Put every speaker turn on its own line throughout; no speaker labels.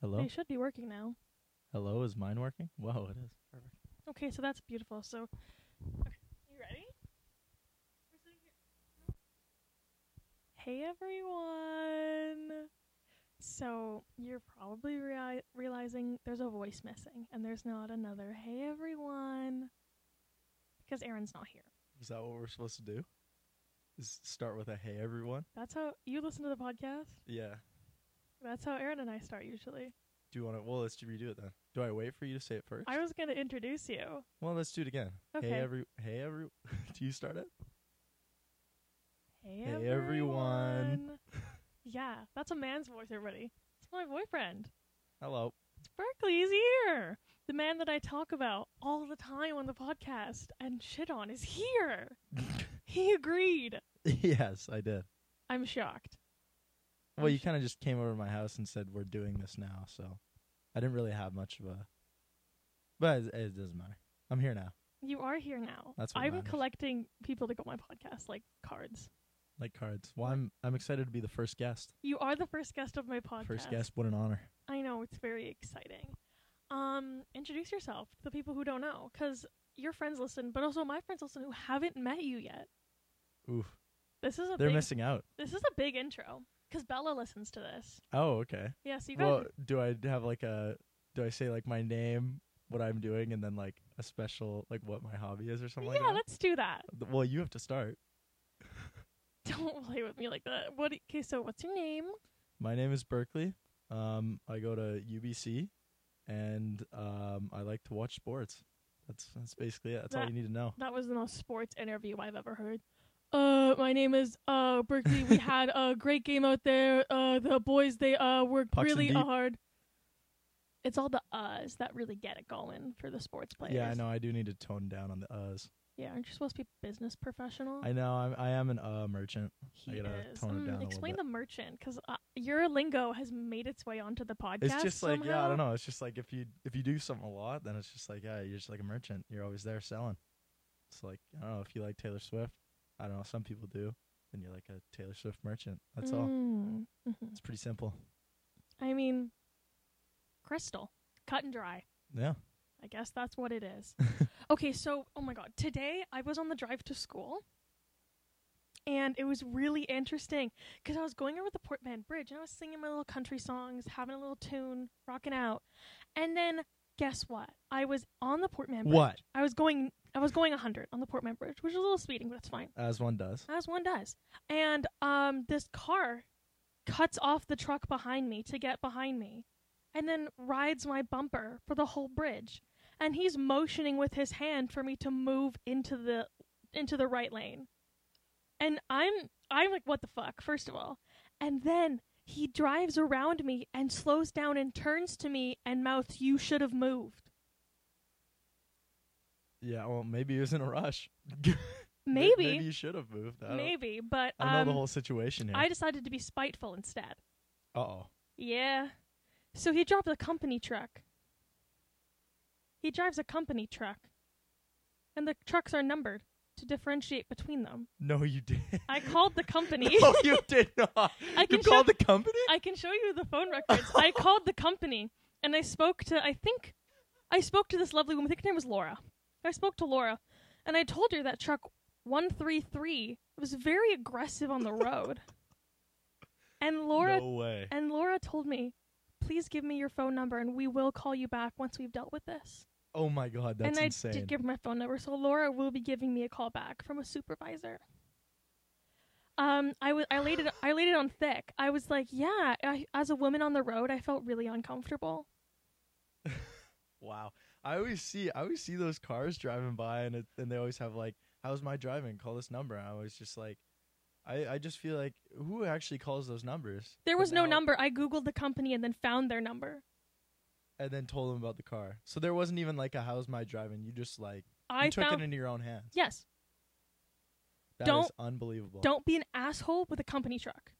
Hello?
They should be working now.
Hello? Is mine working? Whoa, it is. Perfect.
Okay, so that's beautiful. So, okay, you ready? We're sitting here- Hey everyone! So, you're probably rea- realizing there's a voice missing, and there's not another hey everyone because Aaron's not here.
Is that what we're supposed to do? Is start with a hey everyone?
That's how you listen to the podcast.
Yeah.
That's how Aaron and I start usually.
Do you want to? Well, let's ju- redo it then. Do I wait for you to say it first?
I was going to introduce you.
well, let's do it again.
Okay.
Hey every. Hey every. do you start it?
Hey,
Hey, everyone.
everyone. yeah, that's a man's voice, everybody. It's my boyfriend.
Hello.
It's Berkeley. He's here. The man that I talk about all the time on the podcast and shit on is here. he agreed.
yes, I did.
I'm shocked.
Well, you kind of just came over to my house and said we're doing this now, so I didn't really have much of a. But it, it doesn't matter. I'm here now,
You are here now.
That's what
I'm
matters.
collecting people to go on my podcast, like cards.
like cards. Well, I'm I'm excited to be the first guest.
You are the first guest of my podcast.
First guest, what an honor.
I know it's very exciting. Um, introduce yourself to the people who don't know, because your friends listen, but also my friends listen who haven't met you yet.
Oof,
This is a
they're
big,
missing out.
this is a big intro because Bella listens to this.
Oh, okay.
Yeah, so you got
Well, do I have like a do I say like my name, what I'm doing, and then like a special like what my hobby is or something
yeah.
like
let's do that.
that? Th- Well, you have to start.
Don't play with me like that. What? Okay, so what's your name?
My name is Berkeley. Um, I go to UBC, and um, I like to watch sports. That's that's basically it. That's all
That-
you need to know.
That was the most sports interview I've ever heard. Uh, my name is uh Berkeley. we had a great game out there. Uh, the boys they uh worked
Pucks in
really
deep.
hard. It's all the uhs that really get it going for the sports players.
Yeah, I know. I do need to tone down on the uhs.
Yeah, aren't you supposed to be a business professional?
I know. I'm, I am an uh merchant.
he
gotta
is.
tone it
Mm,
down a little
explain
bit.
the merchant, because uh, your lingo has made its way onto the podcast.
It's just like yeah, I
somehow.
don't know. It's just like if you if you do something a lot, then it's just like yeah, you're just like a merchant. You're always there selling. It's like I don't know if you like Taylor Swift. I don't know. Some people do. Then you're like a Taylor Swift merchant. That's all.
Mm, mhm.
It's pretty simple.
I mean, crystal, cut and dry.
Yeah.
I guess that's what it is. okay, so oh my god, today I was on the drive to school, and it was really interesting because I was going over the Portman Bridge and I was singing my little country songs, having a little tune, rocking out, and then guess what? I was on the Portman Bridge.
What?
I was going, I was going 100 on the Portman Bridge, which is a little speeding, but it's fine
As one does.
as one does. And um, this car cuts off the truck behind me to get behind me, and then rides my bumper for the whole bridge. And he's motioning with his hand for me to move into the into the right lane. And I'm I'm like, what the fuck? First of all, and then he drives around me and slows down and turns to me and mouths, "You should have moved."
Yeah. Well, maybe he was in a rush.
Maybe,
Maybe
maybe,
you should have moved. I don't,
but
I don't know the
um,
whole situation here.
I decided to be spiteful instead.
Uh oh.
Yeah. So he dropped a company truck. He drives a company truck. And the trucks are numbered to differentiate between them.
No, you did.
I called the company.
no, you did not.
I
you
can show-
called the company.
I can show you the phone records. I called the company and I spoke to I think I spoke to this lovely woman. I think her name was Laura. I spoke to Laura and I told her that truck 133 was very aggressive on the road. and Laura
no way.
and Laura told me, please give me your phone number and we will call you back once we've dealt with this.
Oh my god, that's
and I
insane.
did give her my phone number, so Laura will be giving me a call back from a supervisor. Um, I was I laid it I laid it on thick. I was like, yeah, I, as a woman on the road, I felt really uncomfortable.
Wow. I always see I always see those cars driving by and it, and they always have like how's my driving call this number and I was just like I I just feel like who actually calls those numbers
There
But
was no
now-
number. I googled the company and then found their number.
and then told them about the car so there wasn't even like a how's my driving you just like
I
you took
found
it into your own hands
yes.
That is
don't-
unbelievable
Don't be an asshole with a company truck.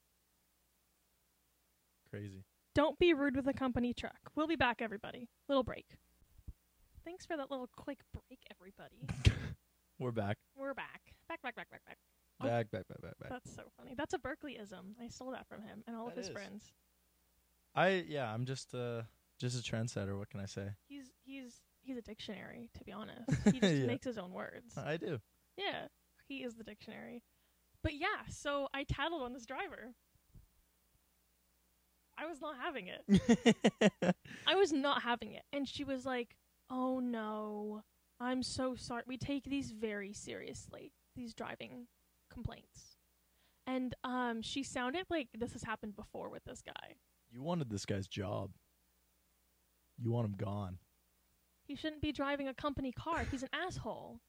crazy
Don't be rude with a company truck. We'll be back, everybody. Little break. Thanks for that little quick break, everybody.
we're back
We're back. Back, back, back, back, back. Oh.
back back back back back
That's so funny. That's a Berkeleyism. I stole that from him and all of
That
his
is.
friends.
I yeah, I'm just uh just a trendsetter. What can I say?
He's he's he's a dictionary, to be honest. He just
Yeah. Uh.
makes his own words.
I do.
Yeah, he is the dictionary. But yeah, so I tattled on this driver. I was not having it. I was not having it. And she was like, Oh no, I'm so sorry. We take these very seriously, these driving complaints. And um, she sounded like this has happened before with this guy.
you wanted this guy's job. You want him gone.
He shouldn't be driving a company car. He's an asshole.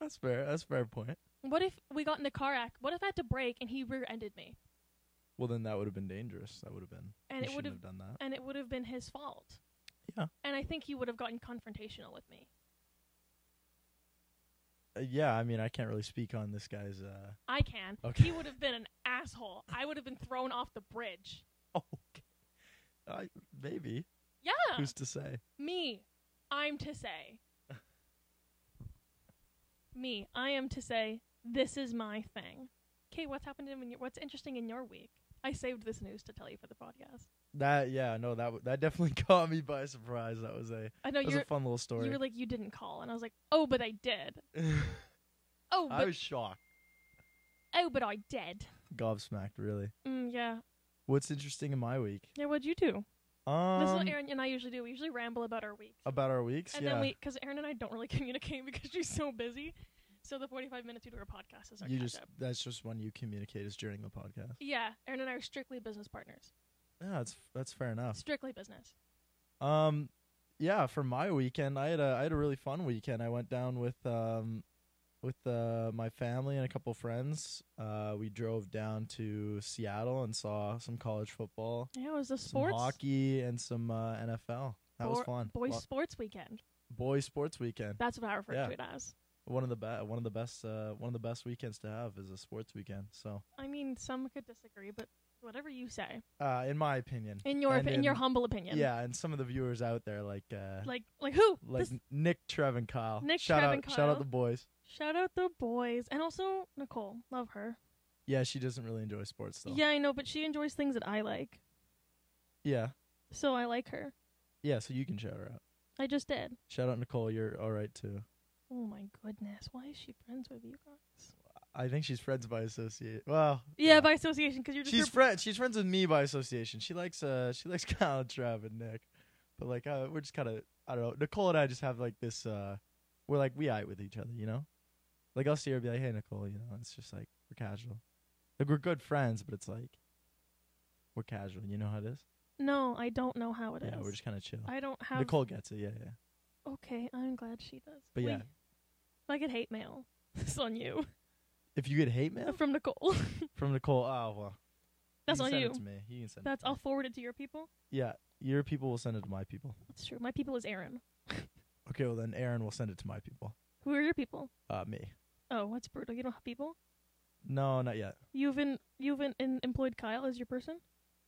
That's fair. That's a fair point.
What if we got in a car act? What if I had to brake and he rear ended me?
Well, then that would have been dangerous. That would have been.
And
you
it would
shouldn't
have
have done that.
and it would have been his fault.
Yeah.
And I think he would have gotten confrontational with me.
Uh, yeah, I mean, I can't really speak on this guy's. uh
I can.
Okay.
He would have been an asshole. I would have been thrown off the bridge.
oh, Okay. I maybe.
Yeah.
Who's to say?
me. I'm to say. me. I am to say this is my thing. Okay, what's happened in your, what's interesting in your week? I saved this news to tell you for the podcast.
That yeah, no, that w- that definitely caught me by surprise. That was a
I know
that was
you're
a fun little
you
story.
were like you didn't call and I was like, "Oh, but I did." Oh,
I
but
was shocked,
oh, but I did.
gobsmacked, really.
Mm, yeah.
What's interesting in my week?
Yeah, what'd you do? This is
Um,
what Aaron and I usually do. We usually ramble about our week.
about our weeks.
and
yeah,
then we, because Aaron and I don't really communicate because she's so busy. So the 45 minutes we do our podcast is our
you
catch
just
up.
that's just when you communicate is during the podcast.
Yeah, Aaron and I are strictly business partners.
Yeah, that's that's fair enough.
Strictly business.
Um, yeah, for my weekend, I had a I had a really fun weekend. I went down with um, with uh, my family and a couple friends. Uh, we drove down to Seattle and saw some college football,
Yeah, it was the
some
sports.
hockey, and some uh, NFL. That was
Bo-
fun.
Boys
Lo-
sports weekend.
boy sports weekend.
That's what I refer
Yeah.
to it as.
One of the best. One of the best. Uh, one of the best weekends to have is a sports weekend. So,
I mean, some could disagree, but whatever you say.
uh, in my opinion,
In your
And
opi- in your
in-
humble opinion.
yeah, and some of the viewers out there, like uh,
Like like who?
like
This-
Nick, Trev, and Kyle.
Nick,
shout
Trev,
out,
and
shout
Kyle.
out the boys.
shout out the boys and also Nicole. Love her.
Yeah, she doesn't really enjoy sports though.
Yeah, I know, but she enjoys things that I like.
Yeah.
So I like her.
Yeah, so you can shout her out.
I just did.
Shout out Nicole, you're all right too.
Oh my goodness, why is she friends with you guys?
I think she's friends by association. Well,
Yeah, by association, because you're just
she's
her-
friends. She's friends with me by association. She likes uh she likes Kyle and Trav and Nick, but like uh, we're just kind of I don't know. Nicole and I just have like this. uh We're like we eye with each other, you know. Like I'll see her and be like, hey Nicole, you know. It's just like we're casual. Like we're good friends, but it's like we're casual. You know how it is.
no, I don't know how it is.
yeah, we're just kind of chill.
I don't have.
Nicole gets it. Yeah, yeah.
Okay, I'm glad she does.
But yeah.
Wait, if I get hate mail. It's on you
If you get hate mail
from Nicole.
from Nicole, oh well.
That's
you
on
can send
you.
It to me. You can send.
That's
it to me.
I'll forward it to your people.
Yeah, your people will send it to my people.
That's true. My people is Aaron.
Okay, well then Aaron will send it to my people.
Who are your people?
Uh, me.
Oh, that's brutal. You don't have people.
No, not yet.
You've in, you've in, in employed Kyle as your person.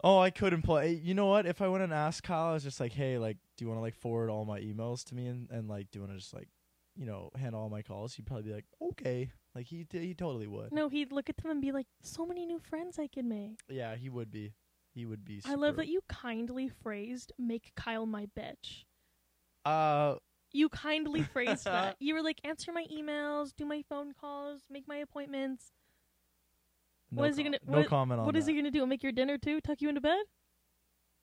Oh, I could employ. You know what? If I went and asked Kyle, I was just like, "Hey, like, do you want to like forward all my emails to me and, and like, do you want to just like, you know, handle all my calls?" He'd probably be like, "Okay." Like he t- he totally would.
No, he'd look at them and be like, "So many new friends I can make."
Yeah, he would be. He would be.
I love
super-
that you kindly phrased "make Kyle my bitch."
Uh,
you kindly phrased that. You were like, answer my emails, do my phone calls, make my appointments.
no
What is he
com-
gonna-
No
what-
comment on
What is
that.
he gonna do? Make your dinner too? Tuck you into bed?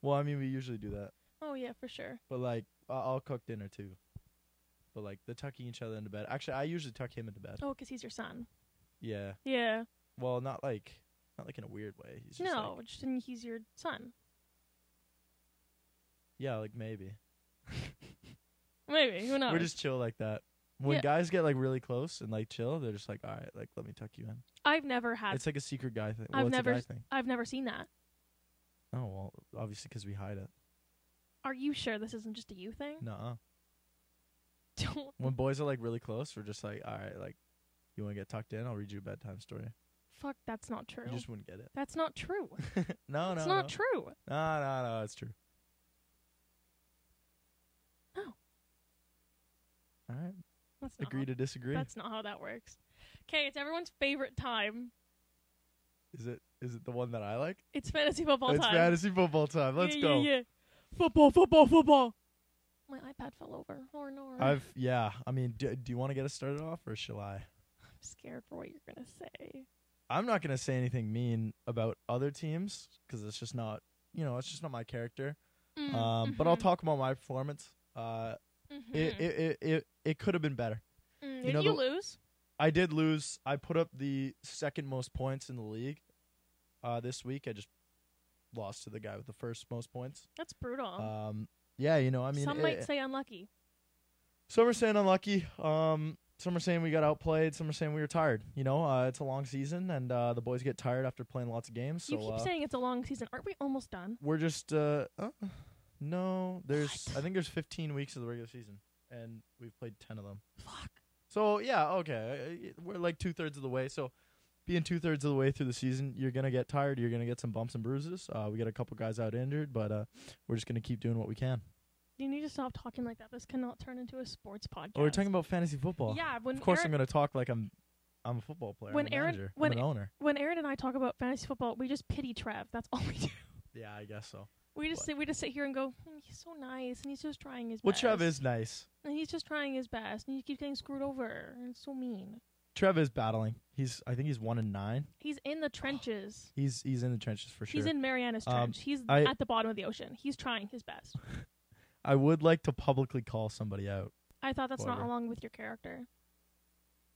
Well, I mean, we usually do that,
Oh yeah, for sure.
but like, I- I'll cook dinner too. But like, the tucking each other into bed. Actually, I usually tuck him into bed.
Oh, 'cause he's your son.
Yeah.
Yeah.
Well, not like not like in a weird way. He's just
no,
like,
just in he's your son.
yeah, like maybe.
Maybe who knows?
We're just chill like that. When
Yeah.
guys get like really close and like chill, they're just like, all right, like let me tuck you in.
I've never had.
It's like a secret guy thing.
I've
Well, it's
never
a guy
s-
thing.
I've never seen that.
Oh well, obviously because we hide it.
Are you sure this isn't just a you thing?
Nuh-uh.
Don't.
When boys are like really close, we're just like, all right, like you want to get tucked in? I'll read you a bedtime story.
Fuck, that's not true.
You just wouldn't get it.
That's not true.
No, no,
it's not
no.
true.
no, no, no, it's true.
No.
All right,
Uh-huh. That's not
agree
how,
to disagree.
That's not how that works. Okay, it's everyone's favorite time.
Is it Is it the one that I like?
It's fantasy football
it's
time.
fantasy football time. Let's
yeah,
go.
Yeah, yeah. Football, football, football. My iPad fell over. Or no. I'm
I've yeah. I mean, do, do you want to get us started off, or shall I?
scared for what you're gonna say.
I'm not gonna say anything mean about other teams because it's just not you know it's just not my character.
Mm,
Um, but I'll
mhm,
talk about my performance. Uh,
mhm.
it it it it, it could have been better.
Mm,
you
Did
know
you
the-
lose?
I did lose. I put up the second most points in the league uh, this week. I just lost to the guy with the first most points.
That's brutal.
Um, yeah, you know, I mean,
Oh. Some
it-
might say unlucky.
Some are saying unlucky. Um, some are saying we got outplayed. Some are saying we were tired. You know, uh, it's a long season, and uh, the boys get tired after playing lots of games. So
you keep
uh,
saying it's a long season. Aren't we almost done?
we're just uh, uh, no. There's
What?
I think there's 15 weeks of the regular season, and we've played 10 of them.
Fuck.
So yeah, okay, uh, we're like two thirds of the way. So being two thirds of the way through the season, you're gonna get tired. You're gonna get some bumps and bruises. Uh, we got a couple guys out injured, but uh, we're just gonna keep doing what we can.
You need to stop talking like that. This cannot turn into a sports podcast.
Oh, we're talking about fantasy football.
Yeah, when
of course
Aaron,
I'm going to talk like I'm I'm a football player.
When
I'm a
Aaron-
manager.
when
I'm an owner.
when Aaron and I talk about fantasy football, we just pity Trev. That's all we do.
Yeah, I guess so.
We just
What?
sit, we just sit here and go, "Hmm, he's so nice, and he's just trying his
Well,
best.
Trev is nice.
and he's just trying his best, and you keep getting screwed over. And it's so mean.
Trev is battling. He's I think he's one and nine.
He's in the trenches.
He's he's in the trenches for sure.
He's in Mariana's
Um,
trench. he's
I-
at the bottom of the ocean. He's trying his best.
I would like to publicly call somebody out.
I thought that's not
Whatever. along
along with your character.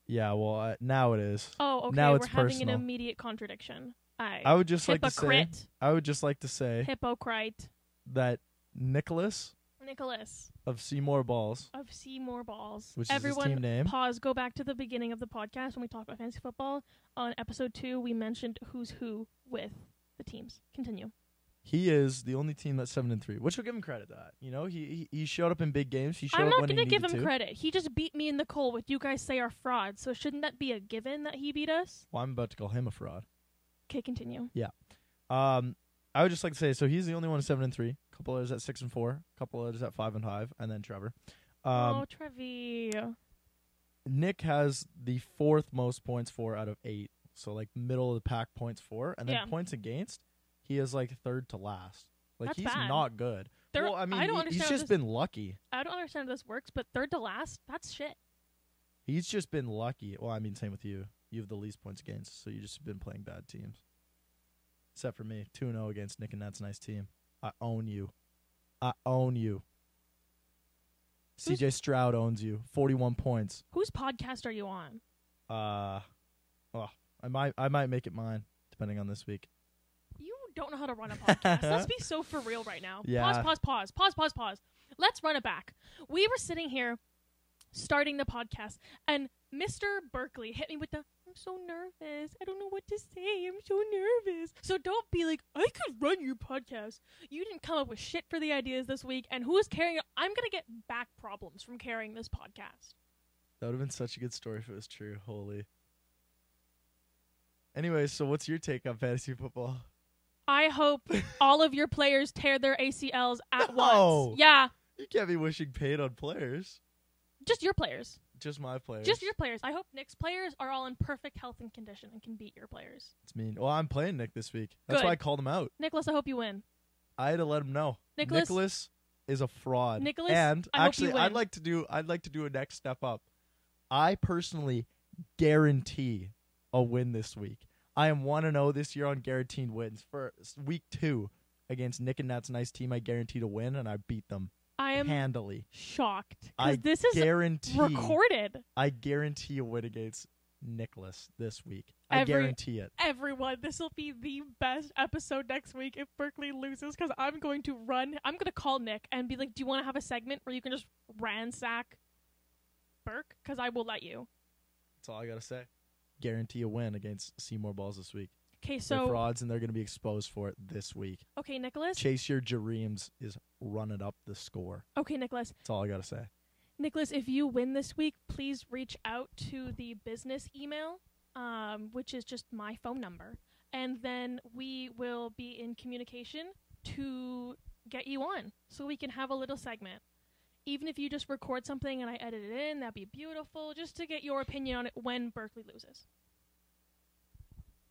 Yeah, well uh, now it is.
Oh, okay.
Now
We're
it's
having
personal.
an immediate contradiction. I,
I would just like to say
hypocrite,
I would just like to say
hypocrite,
that Nicholas
Nicholas
of Seymour Balls,
of Seymour Balls.
which
Everyone,
is his team name,
pause. Go back to the beginning of the podcast when we talked about fantasy football. On episode two, we mentioned who's who with the teams. Continue.
he is the only team that's seven and three, which will give him credit. To that you know he, he he showed up in big games. He showed
I'm
up
not
when
going to
he
give him
needed to.
credit. He just beat me in the cold. What you guys say are frauds. So shouldn't that be a given that he beat us?
Well, I'm about to call him a fraud.
Okay, continue.
Um, I would just like to say so he's the only one seven and three. A couple others at six and four. A couple others at five and five, and then Trevor. Um,
oh, Trevi.
Nick has the fourth most points for out of eight, so like middle of the pack points for, and then
Yeah.
points against, he is like third to last. Like
That's
he's
bad.
not good.
Third,
well, I mean, he-
don't understand.
he's
how
just
this,
been lucky.
I don't understand how this works. But third to last, that's shit.
He's just been lucky. Well, I mean, same with you. You have the least points against, so you just been playing bad teams. Except for me, two zero against Nick, and that's a nice team. I own you. I own you.
Who's-
CJ Stroud owns you. Forty one points.
Whose podcast are you on?
Uh, oh, I might I might make it mine depending on this week.
You don't know how to run a podcast. Let's be so for real right now.
Yeah.
Pause, pause, pause, pause, pause, pause. Let's run it back. We were sitting here starting the podcast, and Mr. Berkeley hit me with the I'm so nervous. I don't know what to say. I'm so nervous. So don't be like, I could run your podcast. You didn't come up with shit for the ideas this week, and who is carrying it? I'm going to get back problems from carrying this podcast.
That would have been such a good story if it was true. Holy. Anyway, so what's your take on fantasy football?
I hope all of your players tear their ACLs at
No.
once. Yeah,
You can't be wishing paid on players.
just your players.
Just my players.
Just your players. I hope Nick's players are all in perfect health and condition and can beat your players.
It's mean. Well, I'm playing Nick this week. That's
Good.
why I called him out.
Nicholas, I hope you win.
I had to let him know.
Nicholas-
is a fraud.
Nicholas,
and
I hope you
actually,
win.
I'd like to do. I'd like to do a next step up. I personally guarantee a win this week. I am one and zero this year on guaranteed wins for s- week two against Nick and Nat's nice team. I guaranteed a win, and I beat them
I am
handily.
shocked
I
because this is
guarantee.
recorded.
I guarantee a win against Nicholas this week. I
Every-
guarantee it.
Everyone, this will be the best episode next week if Berkeley loses because I'm going to run. I'm going to call Nick and be like, "Do you want to have a segment where you can just ransack Burke? Because I will let you."
That's all I gotta say. Guarantee a win against Seymour Balls this week.
Okay,
they're
so
frauds and they're going to be exposed for it this week.
okay, Nicholas.
Chase your dreams is running up the score.
Okay, Nicholas.
That's all I got to say.
Nicholas, if you win this week, please reach out to the business email, um, which is just my phone number, and then we will be in communication to get you on so we can have a little segment. Even if you just record something and I edit it in, that'd be beautiful, just to get your opinion on it when Berkeley loses.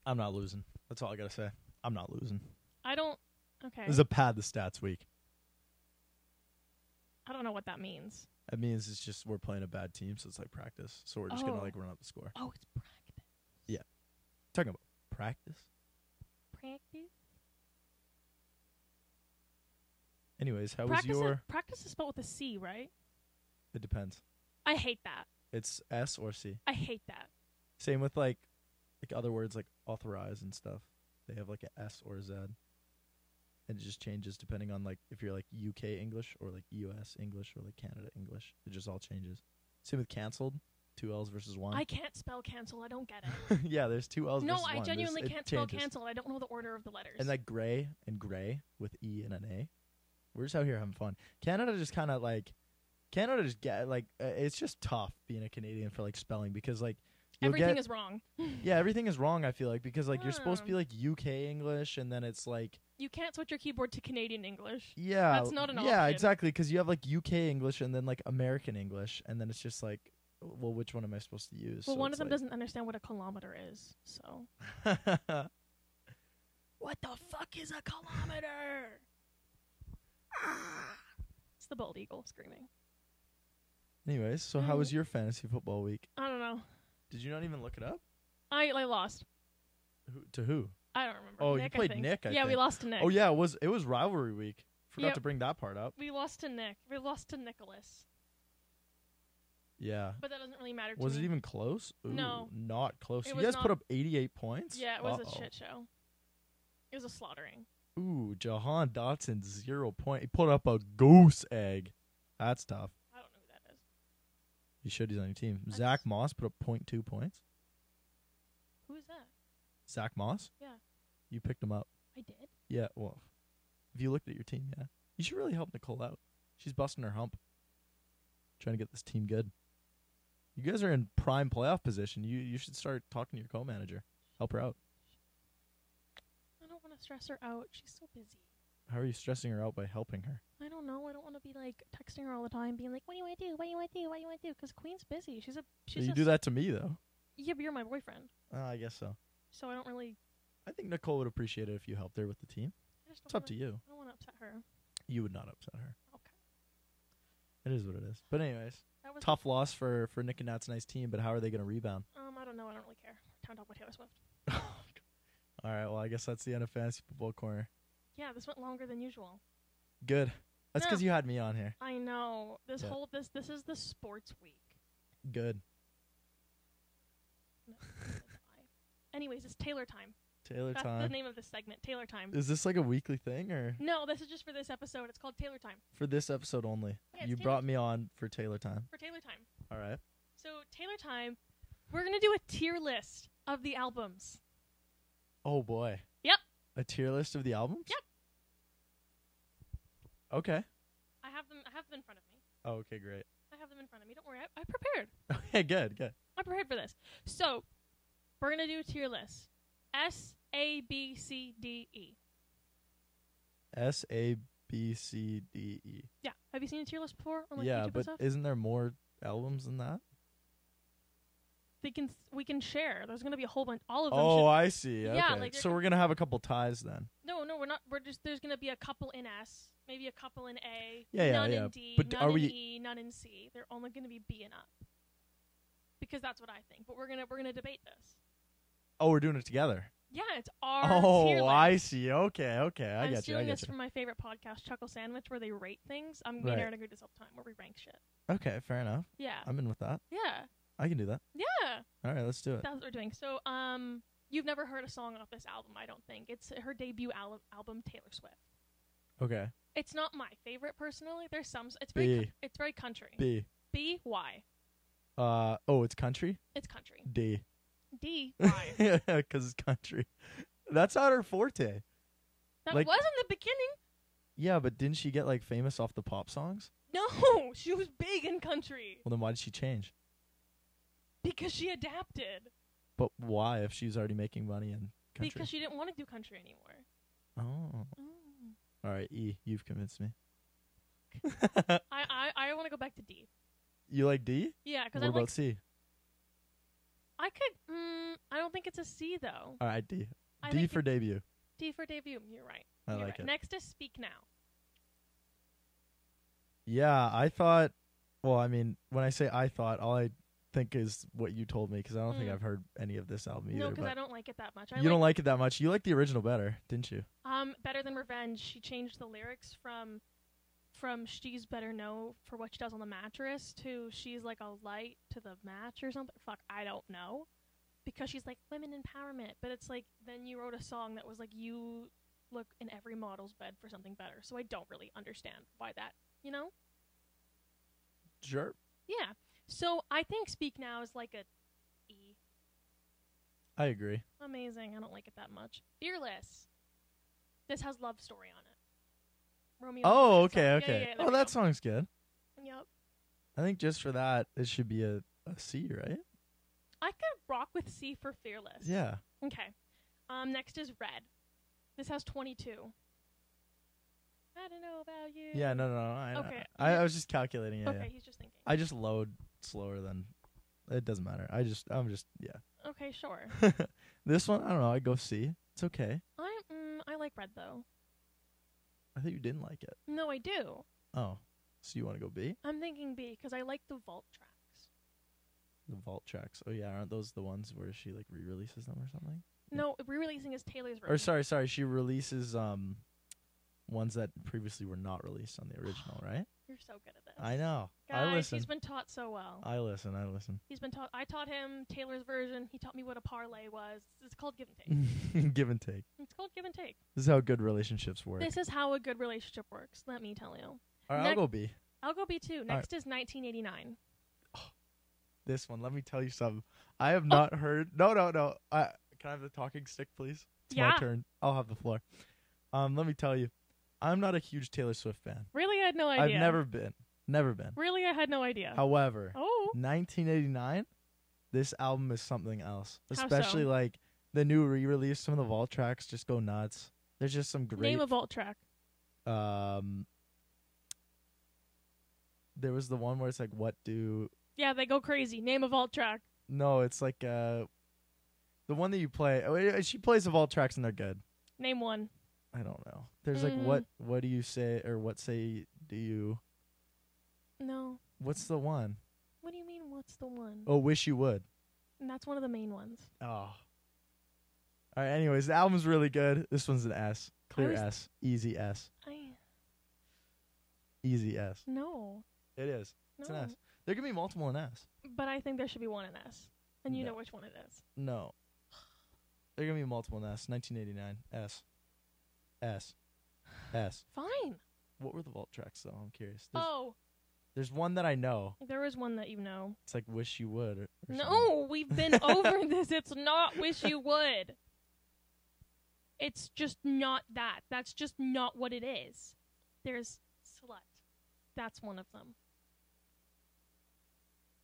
I'm not losing. I That's all I gotta say. I'm not losing.
I don't. Okay.
This is a pad the stats week.
I don't know what that means.
That means it's just we're playing a bad team, so it's like practice. So we're just
Oh.
gonna like run up the score.
Oh, it's practice.
Talking about practice.
Practice.
Anyways, how
practice
was
Is,
your?
practice is spelled with a C, right?
It depends.
I hate that.
It's S or C.
I hate that.
Same with like, like other words like authorize and stuff. They have like a S or a Z, and it just changes depending on like if you're like UK English or like US English or like Canada English. It just all changes. Same with canceled. Two L's versus one.
I can't spell cancel. I don't get it.
yeah, there's two L's.
no,
versus
I
one. There's-
genuinely
it
can't spell
changes.
cancel. I don't know the order of the letters.
And like gray and gray with E and an A. We're just out here having fun. Canada just kind of like Canada just get like uh, it's just tough being a Canadian for like spelling because like you'll
Everything
get
is wrong.
yeah everything is wrong I feel like because like you're supposed to be
Hmm.
like UK English and then it's like
You can't switch your keyboard to Canadian English.
yeah
That's not an
yeah
option.
exactly because you have like UK English and then like American English and then it's just like well which one am I supposed to use? So
Well, one
it's
of them
like-
doesn't understand what a kilometer is. So, what the fuck is a kilometer? Ah. it's the bald eagle screaming.
Anyways, so how
Mm-hmm.
was your fantasy football week?
I don't know.
Did you not even look it up?
I I lost.
Who, to who?
I don't remember.
Oh, you
Nick,
played
I think.
Nick, I
yeah, we
think.
lost to Nick.
Oh yeah, it was it was rivalry week. Forgot
Yep.
to bring that part up.
We lost to Nick. We lost to Nicholas.
Yeah.
But that doesn't really matter to
Was
me.
it even close? Ooh,
No.
Not close.
It
you
was
guys
not-
put up 88 points?
Yeah, it was
Uh-oh.
a shit show. It was a slaughtering.
Ooh, Jahan Dotson, zero point. He put up a goose egg. That's tough.
I don't know who that is.
You should. He's on your team.
That's-
Zach Moss put up 0.2 points.
Who is that?
Zach Moss?
Yeah.
You picked him up.
I did.
Yeah, well, if you looked at your team, yeah. You should really help Nicole out. She's busting her hump. Trying to get this team good. You guys are in prime playoff position. You you should start talking to your co-manager. Help her out.
I don't want to stress her out. She's so busy.
How are you stressing her out by helping her?
I don't know. I don't want to be like texting her all the time, being like, "What do you want to do? What do you want to do? What do you want to do?" Because Queen's busy. She's a she's.
you
a
do
s-
that to me though.
Yeah, but you're my boyfriend,
Uh, I guess so.
so I don't really.
I think Nicole would appreciate it if you helped her with the team.
I just don't
It's up
wanna,
to you.
I don't want to upset her.
You would not upset her.
Okay.
It is what it is. But anyways,
That was
tough loss for for Nick and Nat's nice team. But how are they going to rebound?
Um, I don't know. I don't really care. Town talk about Taylor Swift.
All right. Well, I guess that's the end of fantasy football corner.
Yeah, this went longer than usual.
Good. That's
No.
because you had me on here.
I know. This
Yeah.
whole this this is the sports week.
Good.
Anyways, it's Taylor time.
Taylor
That's the
time.
name of this segment. Taylor time.
Is this like a weekly thing or
No, this is just for this episode. It's called Taylor time.
for this episode only?
Yeah, it's
you
Taylor-
brought me on for Taylor time.
For Taylor time.
All right.
So Taylor time, we're gonna do a tier list of the albums.
Oh boy.
Yep.
A tier list of the albums? Yep. Okay.
I have them. I have them in front of me.
Oh, okay, great.
I have them in front of me. Don't worry. I, I prepared.
Okay, good, good.
I prepared for this. So we're gonna do a tier list. S A B C D E.
S A B C D E.
Yeah. Have you seen a tier list before on like
Yeah,
YouTube and
but
stuff?
isn't there more albums than that?
they can we can share. There's gonna be a whole bunch. All of them.
Oh,
should,
I see.
Yeah,
okay.
like they're
so
com-
we're gonna have a couple ties then.
no, no, we're not. We're just there's gonna be a couple in S, maybe a couple in A.
Yeah, yeah,
none
yeah.
in D,
But
none
are
in
we-
E, none in C. They're only gonna be B and up. Because that's what I think. But we're gonna we're gonna debate this.
Oh, we're doing it together.
Yeah, it's our tier
oh,
list.
I see. Okay, okay. I get
am
you. I
stealing
get
this
you.
from my favorite podcast, Chuckle Sandwich, where they rate things. I'm
Right. Uh,
gonna Aaron agree this all the time, where we rank shit.
okay, fair enough.
Yeah,
I'm in with that.
yeah,
I can do that.
yeah.
All right, let's do it.
That's what we're doing. So, um, you've never heard a song off this album, I don't think. It's her debut al- album, Taylor Swift.
Okay.
It's not my favorite personally. There's some. It's very.
B.
cou- it's very country.
B.
B Y.
Uh oh, it's country.
It's country.
D.
D Y.
Because it's country. That's not her forte.
That
Like-
was in the beginning.
Yeah, but didn't she get like famous off the pop songs?
No, she was big in country
Well, then why did she change?
because she adapted.
But why if she's already making money in country?
Because she didn't want to do country anymore. Mm.
oh, all right. E, you've convinced me.
I I, I want to go back to D.
you like D?
Yeah,
What
because I
about
like.
C?
I could. Mm, I don't think it's a C though.
All right, D.
I
D
like
for
it-
debut.
D for debut. You're right.
I
You're
like
right.
it.
Next is speak now.
Yeah, I thought. Well, I mean, when I say I thought, all I think is what you told me because I don't think
Mm.
I've heard any of this album
no,
either.
because
but
I don't like it that much. I
you don't like it that much. You like the original better, didn't you?
Um, better than revenge. She changed the lyrics from from she's better know for what she does on the mattress to she's like a light to the match or something. Fuck, I don't know. Because she's like women empowerment, but it's like then you wrote a song that was like you look in every model's bed for something better. So I don't really understand why that, you know?
Sure.
Yeah. So I think Speak Now is like a E.
I agree.
Amazing. I don't like it that much. Fearless. This has love story on it. Romeo. and
Oh,
Juliet
okay,
song. Yeah,
okay.
yeah, yeah, there
oh,
we
that
go.
song's good.
Yep.
I think just for that, it should be a, a C, right?
I could rock with C for Fearless.
Yeah.
Okay. Um, next is Red. This has 22. I don't know about you.
Yeah. No, no, no. I,
Okay.
I, I was just calculating. Yeah,
okay,
yeah.
he's just thinking.
I just load slower than. It doesn't matter. I just, I'm just, yeah.
okay, sure.
this one, I don't know. I go C. It's okay.
I mm, I like Red though.
I thought you didn't like it.
No, I do.
Oh, so you want to go B?
I'm thinking B because I like the vault tracks.
The vault tracks. Oh yeah, aren't those the ones where she like re-releases them or something? Yeah.
No, re-releasing is Taylor's version.
Or sorry, sorry, she releases um ones that previously were not released on the original, right?
You're so good at this.
I know.
Guys,
I listen. Uh,
he's been taught so well.
I listen. I listen.
he's been taught. I taught him Taylor's version. He taught me what a parlay was. It's called give and take.
Give and take.
it's called give and take.
This is how good relationships work.
This is how a good relationship works. Let me tell you.
All right,
nec-
I'll go B.
I'll go B two. Next is 1989.
This one. Let me tell you something. I have not
Oh.
heard. No, no, no. I can I have the talking stick, please. It's
Yeah.
my turn. I'll have the floor. Um, let me tell you, I'm not a huge Taylor Swift fan.
Really, I had no idea.
I've never been. Never been.
Really, I had no idea.
However,
oh,
1989, this album is something else.
How so?
Especially like the new re-release. Some of the vault tracks just go nuts. There's just some great.
name a vault track.
um, there was the one where it's like, "What do?"
Yeah, they go crazy. Name a vault track.
No, it's like uh, the one that you play. oh, yeah, She plays the vault tracks and they're good.
Name one.
I don't know. There's like,
Mm.
what? What do you say? Or what say? Do you?
No.
What's the one?
What do you mean? What's the one?
Oh, wish you would.
And that's one of the main ones.
Oh. All right. Anyways, the album's really good. This one's an S. Clear
was-
S. Easy S.
I
Easy S.
no.
It is.
No.
It's an S. There can be multiple in S.
But I think there should be one in S, and you
No.
know which one it is.
No. There can be multiple in S. 1989. S. S. S.
Fine.
What were the vault tracks though? I'm curious. There's,
oh,
there's one that I know.
there was one that you know.
It's like "Wish You Would." Or, or something.
No, we've been over this. It's not wish you would. It's just not that. That's just not what it is. There's slut. That's one of them.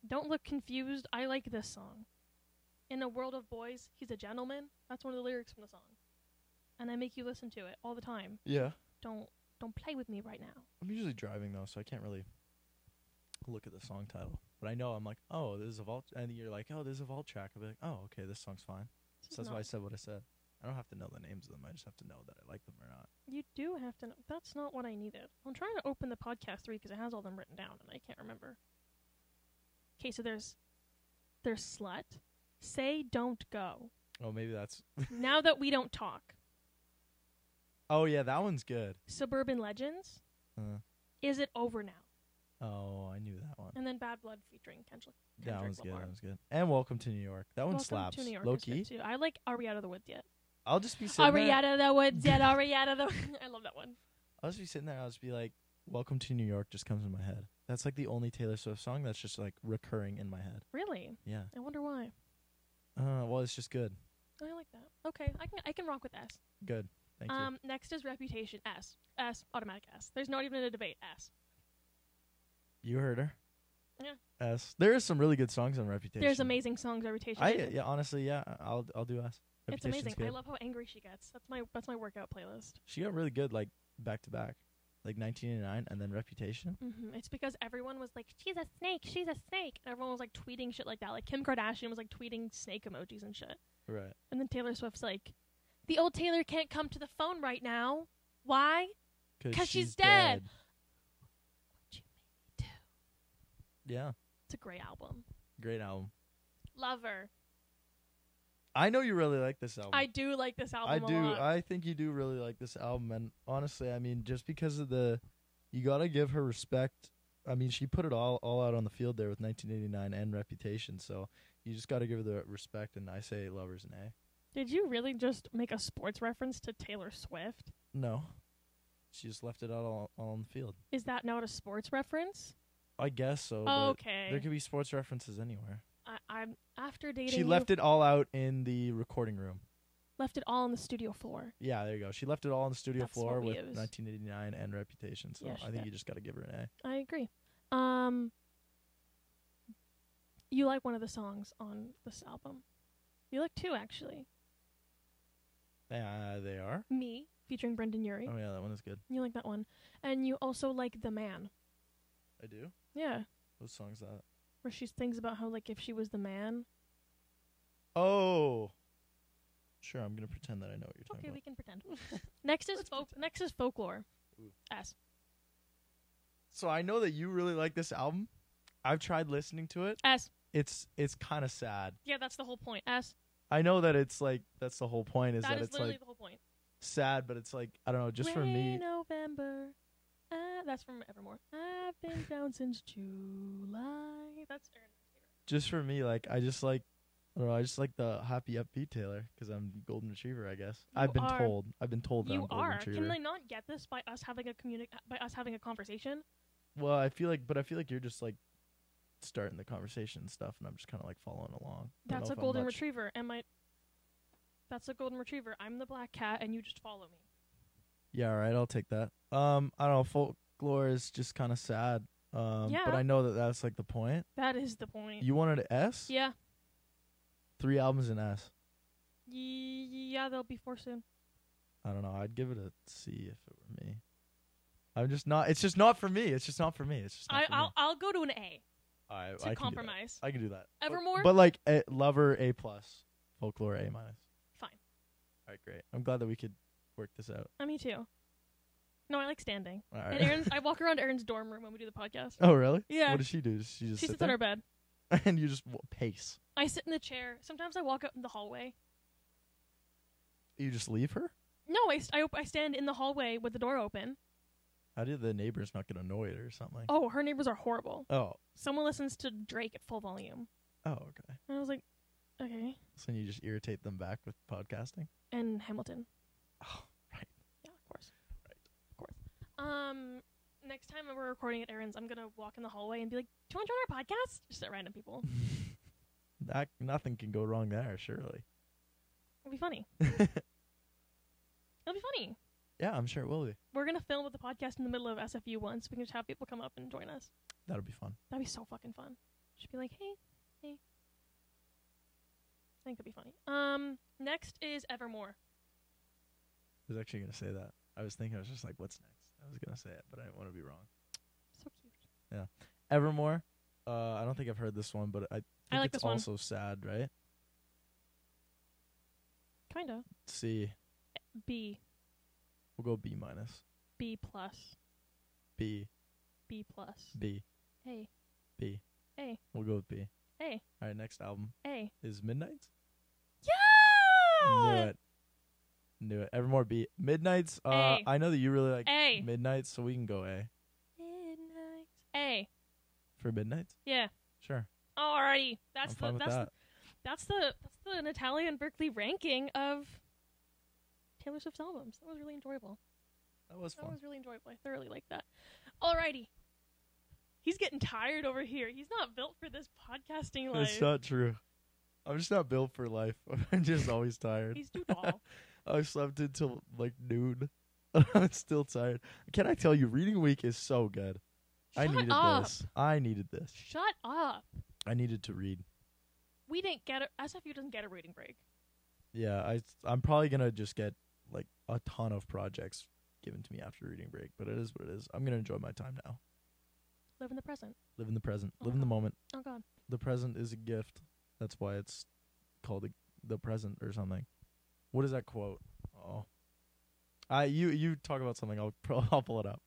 Don't look confused. I like this song. In a world of boys, he's a gentleman. That's one of the lyrics from the song. And I make you listen to it all the time.
Yeah.
Don't don't play with me right now.
I'm usually driving though, so I can't really look at the song title. But I know I'm like, oh, this is a vault, and you're like, oh, this is a vault track. I'll be like, oh, okay, this song's fine.
This is
So that's why I
not-
said what I said. I don't have to know the names of them. I just have to know that I like them or not.
You do have to know. That's not what I needed. I'm trying to open the podcast three because it has all them written down and I can't remember. Okay, so there's there's slut. Say don't go.
Oh, maybe that's.
now that we don't talk.
Oh yeah, that one's good.
Suburban legends.
Uh.
Is it over now?
Oh, I knew that one.
And then bad blood featuring Kendrick.
that
Kendrick
one's
Lamar.
good. That one's good. And Welcome to New York. That one
Welcome
slaps.
to New York
Low
is good
key.
too. I like Are We Out of the Woods Yet?
I'll just be
Are
sitting
we
there.
out of the woods yet? Are we out of the? I love that one.
I'll just be sitting there. I'll just be like, Welcome to New York just comes in my head. That's like the only Taylor Swift song that's just like recurring in my head.
Really?
Yeah.
I wonder why.
Uh, well, it's just good.
I like that. Okay, I can I can rock with S.
Good. Thank you.
um, next is reputation. S. S. Automatic S. There's not even a debate. S.
You heard her.
Yeah.
S. There is some really good songs on Reputation.
There's amazing songs at reputation.
I
It's
yeah, honestly yeah, I'll I'll do S. Reputation's
amazing.
Good.
I love how angry she gets. That's my that's my workout playlist.
she got really good like back to back, like 1989 and then Reputation.
hmm It's because everyone was like, "She's a snake. She's a snake," and everyone was like tweeting shit like that. Like Kim Kardashian was like tweeting snake emojis and shit.
Right.
And then Taylor Swift's like, The old Taylor can't come to the phone right now. Why? 'Cause she's dead. What you made me do.
Yeah,
It's a great album.
great album.
Love her.
I know you really like this album.
I do like this
Oh. I
album.
do.
A lot.
I think you do really like this album, and honestly, I mean, just because of the, you gotta give her respect. I mean, she put it all all out on the field there with 1989 and Reputation, so you just gotta give her the respect. And I say, lovers an A.
Did you really just make a sports reference to Taylor Swift?
No, she just left it out all, all on the field.
Is that not a sports reference?
I guess so.
okay.
But there could be sports references anywhere.
I, I'm after dating.
She left it all out in the recording room.
left it all on the studio floor.
Yeah, there you go. She left it all on the studio
That's what
floor
we
with
use.
1989 and Reputation. So
Yeah, she
I think
did.
you just got to give her an
I agree. Um, you like one of the songs on this album. You like two actually.
A. Yeah, they are.
Me featuring Brendan Urie.
Oh yeah, that one is good.
You like that one, and you also like the man.
I do.
Yeah,
Those songs that.
where she thinks about how like if she was the man.
Oh. Sure, I'm gonna pretend that I know what you're talking
Okay, we can pretend. next is folk. Next is folklore.
Ooh.
S.
about. So I know that you really like this album. I've tried listening to it.
S.
It's it's kind of sad.
Yeah, that's the whole point. S.
I know that it's like that's the whole point is
That
that,
is
it's
literally
like
the whole point.
sad, but it's like I don't know. Just for
Rain
me,
November. Ah, that's from Evermore. I've been down since July. That's Aaron's favorite.
just for me, like I just like I don't know. I just like the happy upbeat Taylor because I'm golden retriever. I guess
You
I've been
are-
told. I've been told that
You
I'm golden
are.
retriever.
Can they not get this by us having a communi- by us having a conversation?
Well, I feel like, but I feel like you're just like starting the conversation and stuff, and I'm just kind of like following along. I don't know
That's a
if I'm
golden
much-
retriever. Am I? That's a golden retriever. I'm the black cat, and you just follow me.
Yeah, all right, I'll take that. Um, I don't know. Folklore is just kind of sad. Um,
Yeah.
but I know that that's like the point.
That is the point.
You wanted an S.
yeah.
Three albums in S.
Ye- Yeah, they'll be four soon.
I don't know. I'd give it a C if it were me. I'm just not. It's just not for me. It's just not for me. It's just not
I,
for
I'll I'll go to an A
me. I, I
to
can do that.
compromise.
I can do that. But-
Evermore?
But, like a, Lover A plus, Folklore A minus.
Fine.
All right, great. I'm glad that we could work this out.
Uh, me too. No, I like standing.
All
And
right.
Aaron's, I walk around Aaron's dorm room when we do the podcast.
Oh, really?
Yeah.
What does she do? Does she just
She
sit
sits on
there?
her bed.
and you just w- pace.
I sit in the chair. Sometimes I walk out in the hallway.
You just leave her?
No, I, st- I, op- I stand in the hallway with the door open.
How did the neighbors not get annoyed or something?
Oh, her neighbors are horrible.
Oh.
Someone listens to Drake at full volume.
Oh, okay.
And I was like, okay.
So then you just irritate them back with podcasting?
And Hamilton.
Oh, right.
Yeah, of course. Of course. Um, next time we're recording at Aaron's, I'm going to walk in the hallway and be like, do you want to join our podcast? Just at random people.
That nothing can go wrong there, surely.
It'll be funny. It'll be funny.
Yeah, I'm sure it will be.
We're going to film with the podcast in the middle of SFU once. We can just have people come up and join us.
That'll be fun.
That'd be so fucking fun. Should be like, hey, hey. I think that'd be funny. Um, next is Evermore.
I was actually gonna say that. I was thinking I was just like, what's next? I was gonna say it, but I didn't want to be wrong.
So cute.
Evermore. Uh, I don't think I've heard this one, but I think
like
it's
this one.
also sad, right?
Kinda.
C.
B,
We'll go B minus.
B plus,
B.
B plus.
B.
Hey,
B.
A.
We'll go with B.
hey,
All right, next album
hey.
is Midnight's. Knew
Yeah!
it. Knew it. Evermore beat. Midnight's. Uh,
A.
I know that you really like
A.
Midnight, so we can go A
Midnight. A.
for Midnight.
Yeah.
Sure.
Alrighty. That's
I'm fine
the
with
that's
that.
The, that's the that's the Natalia and Berkeley ranking of Taylor Swift's albums. That was really enjoyable.
That was
That
fun.
was really enjoyable. I thoroughly like that. Alrighty. He's getting tired over here. He's not built for this podcasting life.
It's not true. I'm just not built for life. I'm just always tired.
He's too tall.
I slept until like noon. I'm still tired. Can I tell you, reading week is so good. I
Shut
needed
up.
this. I needed this.
Shut up.
I needed to read.
We didn't get a SFU doesn't get a reading break.
Yeah, I I'm probably gonna just get like a ton of projects given to me after reading break, but it is what it is. I'm gonna enjoy my time now.
Live in the present.
Live in the present.
Oh
Live in the
God.
moment.
Oh god.
The present is a gift. That's why it's called a, the present or something. What is that quote? Oh, I you you talk about something. I'll pro- I'll pull it up.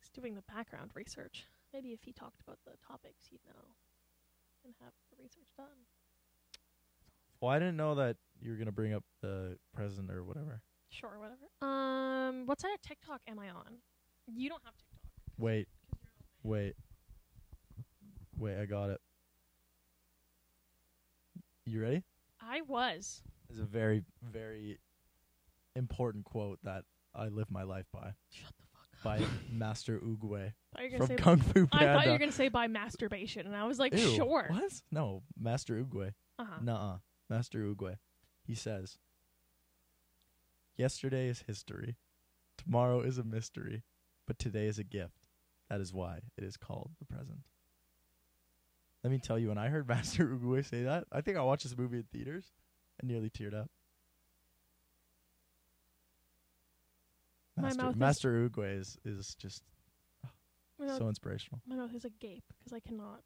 He's doing the background research. Maybe if he talked about the topics, he'd know and have the research done.
Well, I didn't know that you were gonna bring up the president or whatever.
Sure, whatever. Um, what side of TikTok am I on? You don't have TikTok. 'cause-
Wait,
'cause you're not my
wait, wait. I got it. You ready?
I was.
It's a very very important quote that I live my life by
Shut the fuck up.
by Master Oogway
I thought you were gonna
from
say.
Kung Fu
I
Panda.
thought you were gonna say by masturbation, and I was like,
Ew,
sure.
What? No, Master Oogway.
Uh-huh.
Nuh-uh. Master Oogway. He says, Yesterday is history. Tomorrow is a mystery. But today is a gift. That is why it is called the present. Let me tell you, when I heard Master Oogway say that, I think I watched this movie in theaters and nearly teared up.
My
Master,
mouth is-
Master Oogway is, is just
My, mouth,
so inspirational.
my mouth is agape because I cannot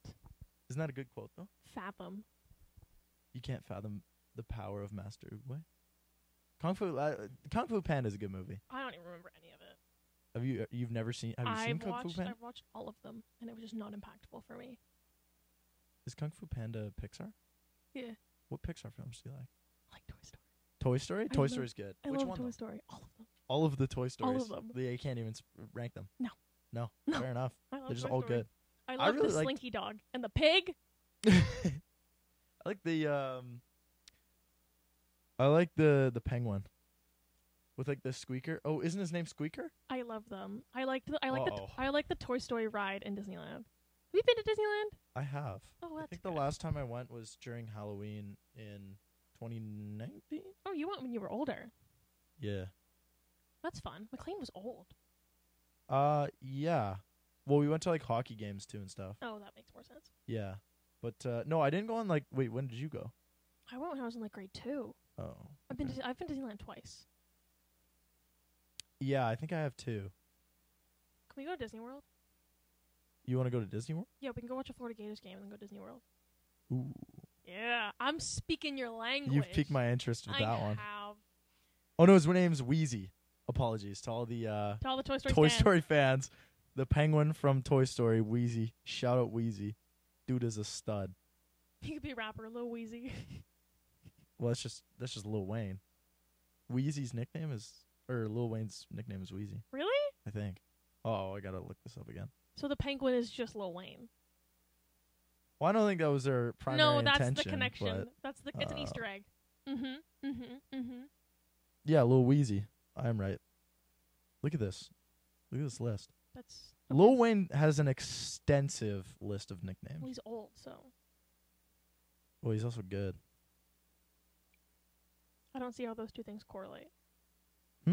Isn't that a good quote, though?
fathom.
you can't fathom the power of Master Oogway. Kung Fu uh, Kung Fu Panda is a good movie.
I don't even remember any of it.
Have you uh, you've never seen Have you seen
I've
Kung Fu
watched.
Panda?
I've watched all of them, and it was just not impactful for me.
Is Kung Fu Panda Pixar?
Yeah.
What Pixar films do you like?
I like Toy Story.
Toy Story.
I
Toy
love-
Story's good.
I
Which
love
one?
Toy
though?
Story. All of them.
All of the Toy Stories.
them.
They, you can't even s- rank them.
No.
No.
No.
Fair enough.
I love
They're just
Toy
all
Story.
good.
I
I
love
really
the
liked-
Slinky Dog and the pig.
I like the um. I like the the penguin. With like the squeaker. Oh, isn't his name Squeaker?
I love them. I like the I like the
Uh-oh.
I like the Toy Story ride in Disneyland. Have you been to Disneyland?
I have.
Oh,
I
that's
think
good.
the last time I went was during Halloween in 2019.
Oh, you went when you were older.
Yeah.
That's fun. McLean was old.
Uh, yeah. Well, we went to like hockey games too and stuff.
Oh, that makes more sense.
Yeah. But uh, no, I didn't go on like. Wait, when did you go?
I went when I was in like grade two.
Oh.
I've been
okay.
to, I've been to Disneyland twice.
yeah, I think I have two.
Can we go to Disney World?
You want to go to Disney World?
Yeah, we can go watch a Florida Gators game and then go to Disney World.
Ooh.
Yeah, I'm speaking your language.
You've piqued my interest with
I
that one.
have.
Oh no, his name's Wheezy. Apologies to all the uh,
To all the Toy Story
Toy
fans.
Story fans. The penguin from Toy Story, Wheezy. Shout out Wheezy. Dude is a stud.
He could be a rapper, Lil Weezy.
Well, that's just that's just Lil Wayne. Wheezy's nickname is, or Lil Wayne's nickname is Wheezy,
really?
I think. Oh, I gotta look this up again.
So the penguin is just Lil Wayne.
Well, I don't think that was their primary
no, that's the
intention,
connection.
but-
That's the it's an
uh,
Easter egg. Mhm. Mhm. Mhm.
yeah, Lil Wheezy. I am right. Look at this. Look at this list.
That's
Lil Wayne has an extensive list of
Well,
nicknames.
he's old, so
Well, he's also good.
I don't see how those two things correlate.
Hmm?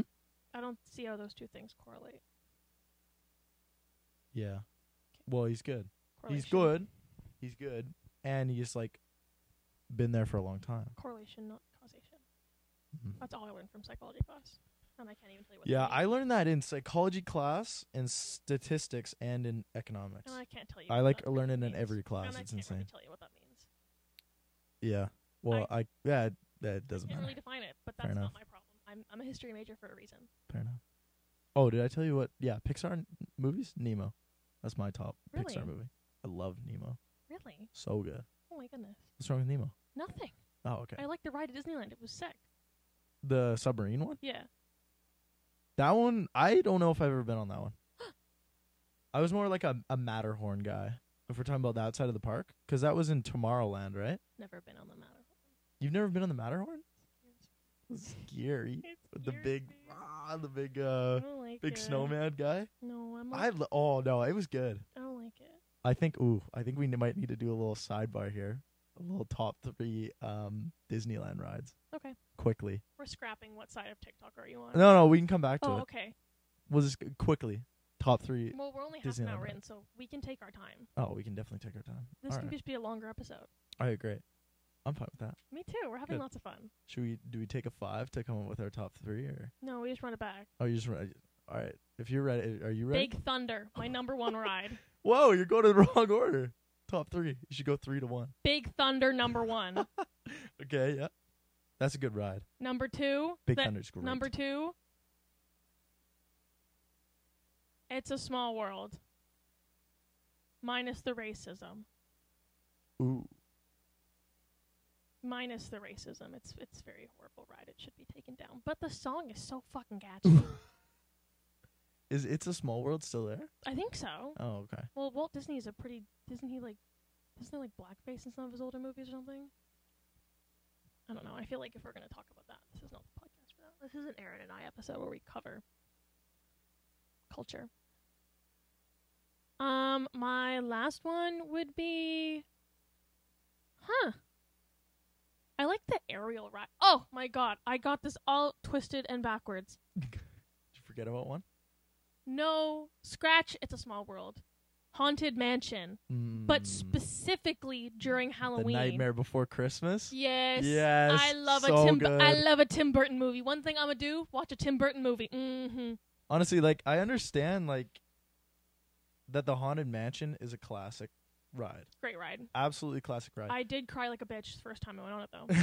I don't see how those two things correlate.
Yeah. Well, he's good. He's
Correlation-
good. He's good, and he's like been there for a long time.
Correlation, not causation.
Mhm.
That's all I learned from psychology class, and I can't even tell you what. that
Yeah,
means.
I learned that in psychology class, in statistics, and in economics.
And I can't tell you.
I
what
like
that really
learn it in
means.
every class.
And I
It's
can't really
insane.
tell you what that means.
Yeah. Well, I, yeah, it- that doesn't
I
matter.
can't really define it, but
Fair
that's not
enough.
my problem. I'm I'm a history major for a reason.
Fair enough. Oh, did I tell you what? Yeah, Pixar n- movies. Nemo. That's my top
Really?
Pixar movie. I love Nemo.
Really?
So good.
Oh my goodness.
What's wrong with Nemo?
Nothing.
Oh, okay.
I liked the ride at Disneyland. It was sick.
the submarine one.
Yeah.
That one, I don't know if I've ever been on that one. I was more like a, a Matterhorn guy. If we're talking about that side of the park, because that was in Tomorrowland, right?
Never been on the Matterhorn.
You've never been on the Matterhorn? Scary.
It's
With the
scary.
big, ah, the big,
I
uh,
don't like
big
it.
snowman guy.
No, I'm.
I
Like,
lo- oh no, it was good.
I don't like it.
I think ooh, I think we n- might need to do a little sidebar here, a little top three um Disneyland rides
Okay.
quickly.
We're scrapping what side of TikTok are you on?
No, no, we can come back to
oh,
it.
okay.
We'll just g- quickly top three.
Well, we're only half an
Disneyland
hour
ride.
in, so we can take our time.
Oh, we can definitely take our time.
This
All
can
right.
just be a longer episode.
All right, great. I'm fine with that.
Me too. We're having
Good.
lots of fun.
Should we do we take a five to come up with our top three or?
No, we just run it back.
Oh, you just ready? All right. If you're ready, are you ready?
Big Thunder, my number one ride.
Whoa, you're going to the wrong order. Top three. You should go three to one.
Big Thunder, number one.
Okay, yeah. That's a good ride.
Number two.
Big
the-
Thunder's great.
Number two. It's a small world. Minus the racism.
Ooh.
Minus the racism. It's it's very horrible ride. It should be taken down. But the song is so fucking catchy.
Is It's a Small World still there?
I think so.
Oh, okay.
Well, Walt Disney is a pretty. Isn't he like? Isn't he like blackface in some of his older movies or something? I don't know. I feel like if we're gonna talk about that, this is not the podcast for that. This is an Aaron and I episode where we cover culture. Um, my last one would be, huh? I like the aerial ride. Oh my god, I got this all twisted and backwards.
Did you forget about one?
No, scratch. It's a small world. Haunted Mansion but
Mm,
specifically during
The
Halloween.
Nightmare Before Christmas?
Yes.
Yes,
I love
so
a Tim. I
good.
love a Tim Burton movie. One thing I'm gonna do: watch a Tim Burton movie. Mm-hmm.
Honestly, like, I understand, like, that The Haunted Mansion is a classic ride.
Great ride.
Absolutely classic ride.
I did cry like a bitch the first time I went on it though.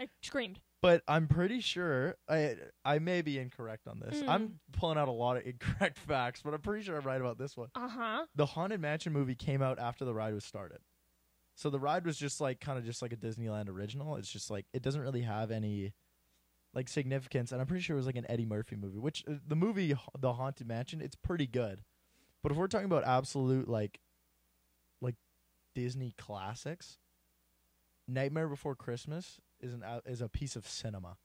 I screamed.
but I'm pretty sure I I may be incorrect on
Hmm.
this. I'm pulling out a lot of incorrect facts, but I'm pretty sure I'm right about this one.
Uh huh.
The Haunted Mansion movie came out after the ride was started. So the ride was just like kind of just like a Disneyland original. It's just like it doesn't really have any like significance and I'm pretty sure it was like an Eddie Murphy movie, which uh, the movie H- The Haunted Mansion, it's pretty good. But if we're talking about absolute like like Disney classics, Nightmare Before Christmas is an a- is a piece of cinema.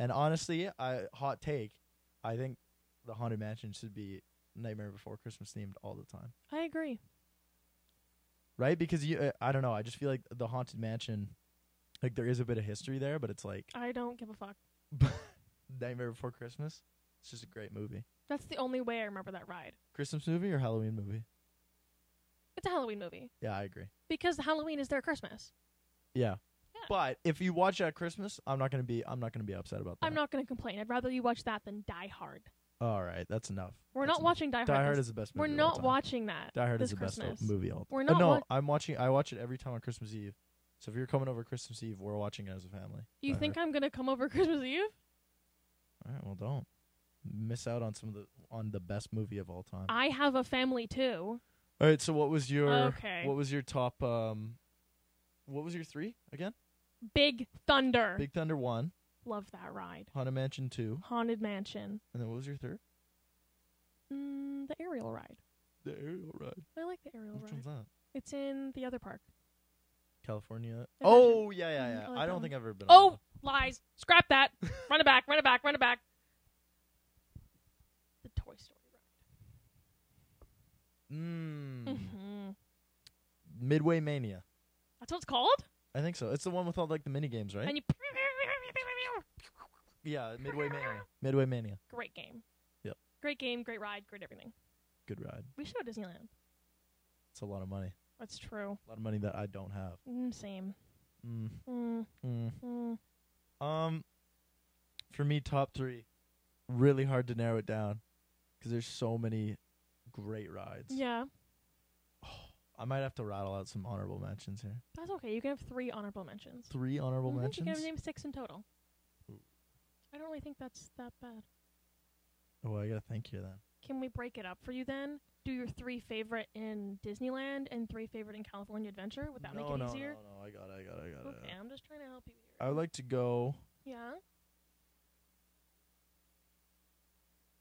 And honestly, I hot take, I think The Haunted Mansion should be Nightmare Before Christmas themed all the time
I agree.
right? Because you, uh, I don't know. I just feel like the haunted mansion, like there is a bit of history there, but it's like
I don't give a fuck.
Nightmare Before Christmas. It's just a great movie.
That's the only way I remember that ride.
Christmas movie or Halloween movie?
It's a Halloween movie
Yeah, I agree.
because Halloween is their Christmas.
Yeah.
Yeah.
But if you watch it at Christmas, I'm not gonna be I'm not gonna be upset about that.
I'm not gonna complain. I'd rather you watch that than Die Hard.
All right, that's enough.
We're
That's
not
enough.
watching Die Hard.
Die Hard
this-
is the best.
We're
movie of all
not
time.
watching that.
Die Hard is
this
the
Christmas.
best o- movie. All
We're
uh,
not
no,
wa-
I'm watching. I watch it every time on Christmas Eve. So if you're coming over Christmas Eve, we're watching it as a family.
You
Die
think
Hard.
I'm gonna come over Christmas Eve?
All right, well, don't miss out on some of the on the best movie of all time.
I have a family too.
All right. So what was your
Okay.
what was your top um what was your three again?
Big Thunder.
Big Thunder one,
Love that ride.
Haunted Mansion two,
Haunted Mansion.
and then what was your third?
Mm, the aerial ride.
The aerial ride.
I like the aerial
Which
ride.
one's that?
It's in the other park.
California.
I
Oh yeah yeah yeah.
Mm, I
I,
like that
don't
one.
think I've ever been. on
Oh, lies. Scrap that. run it back, run it back, run it back. The Toy Story
that. Mm.
ride. hmm
Midway Mania.
That's what it's called?
I think so. It's the one with all like the mini games, right?
And you.
yeah, Midway Mania. Midway Mania.
Great game.
Yep.
Great game, great ride, great everything.
Good ride.
We should go to Disneyland.
It's a lot of money.
That's true.
A lot of money that I don't have.
Mm, same.
Mm.
Mm,
Mm.
mm.
Um, for me, top three, really hard to narrow it down because there's so many great rides.
Yeah.
I might have to rattle out some honorable mentions here.
That's okay. You can have three honorable mentions.
Three honorable
I think Mm-hmm. you
mentions.
can name six in total.
Ooh.
I don't really think that's that bad.
Oh, I gotta think here then.
Can we break it up for you then? Do your three favorite in Disneyland and three favorite in California Adventure. Would that
no,
make it
no,
easier?
no, no, I got it, I got it, I got it.
Okay, I'm just trying to help you here.
I would like to go.
yeah.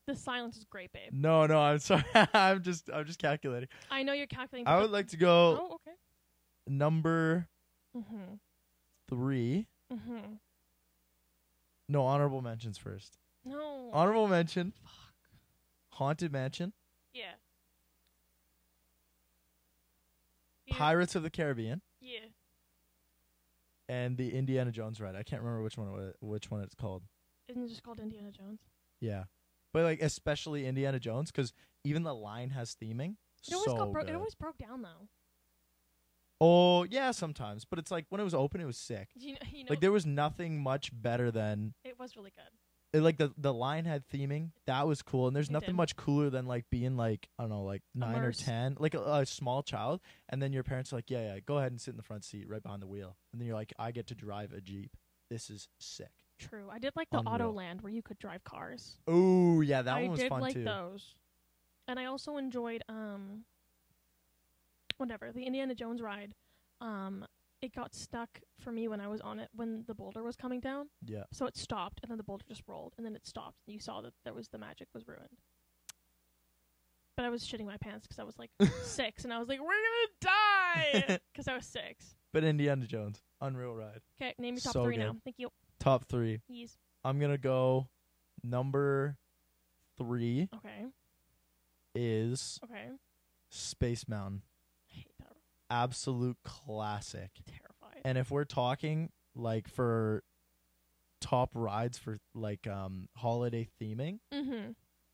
The silence is great, babe.
No, no, I'm sorry. I'm just, I'm just calculating.
I know you're calculating.
I
but-
would like to go
Oh, okay.
number
Mhm.
three.
Mhm.
No, honorable mentions first.
No.
Honorable mention:
Fuck.
Haunted Mansion,
Yeah. Yeah.
Pirates of the Caribbean.
yeah.
and the Indiana Jones ride. I can't remember which one it wa- which one it's called.
Isn't it just called Indiana Jones?
Yeah, but like especially Indiana Jones because even the line has theming.
It always
so
got broke. It
good.
always broke down though.
oh yeah, sometimes, but it's like when it was open, it was sick.
You know, you know
Like there was nothing much better than
It was really good.
it, like the the line had theming. That was cool, and there's
It
nothing
did.
much cooler than like being like I don't know, like nine
Immersed.
or ten, like a, a small child, and then your parents are like, yeah, yeah, go ahead and sit in the front seat right behind the wheel, and then you're like, I get to drive a jeep. this is sick.
True. I did like the
Unreal.
Autoland where you could drive cars.
Oh yeah, that
I
one was
did
fun
like
too.
those. And I also enjoyed um whatever, the Indiana Jones ride. Um it got stuck for me when I was on it when the boulder was coming down.
Yeah,
So it stopped and then the boulder just rolled and then it stopped. And you saw that there was the magic was ruined. But I was shitting my pants because I was like 6 and I was like we're going to die because I was 6.
but Indiana Jones, unreal ride.
Okay, name your top
So
3
good.
now. Thank you.
Top three.
He's
I'm gonna go. Number three
okay.
is
Okay.
Space Mountain.
I hate that. I'm
Absolute classic.
terrified.
And if we're talking like for top rides for like um holiday theming
mm-hmm.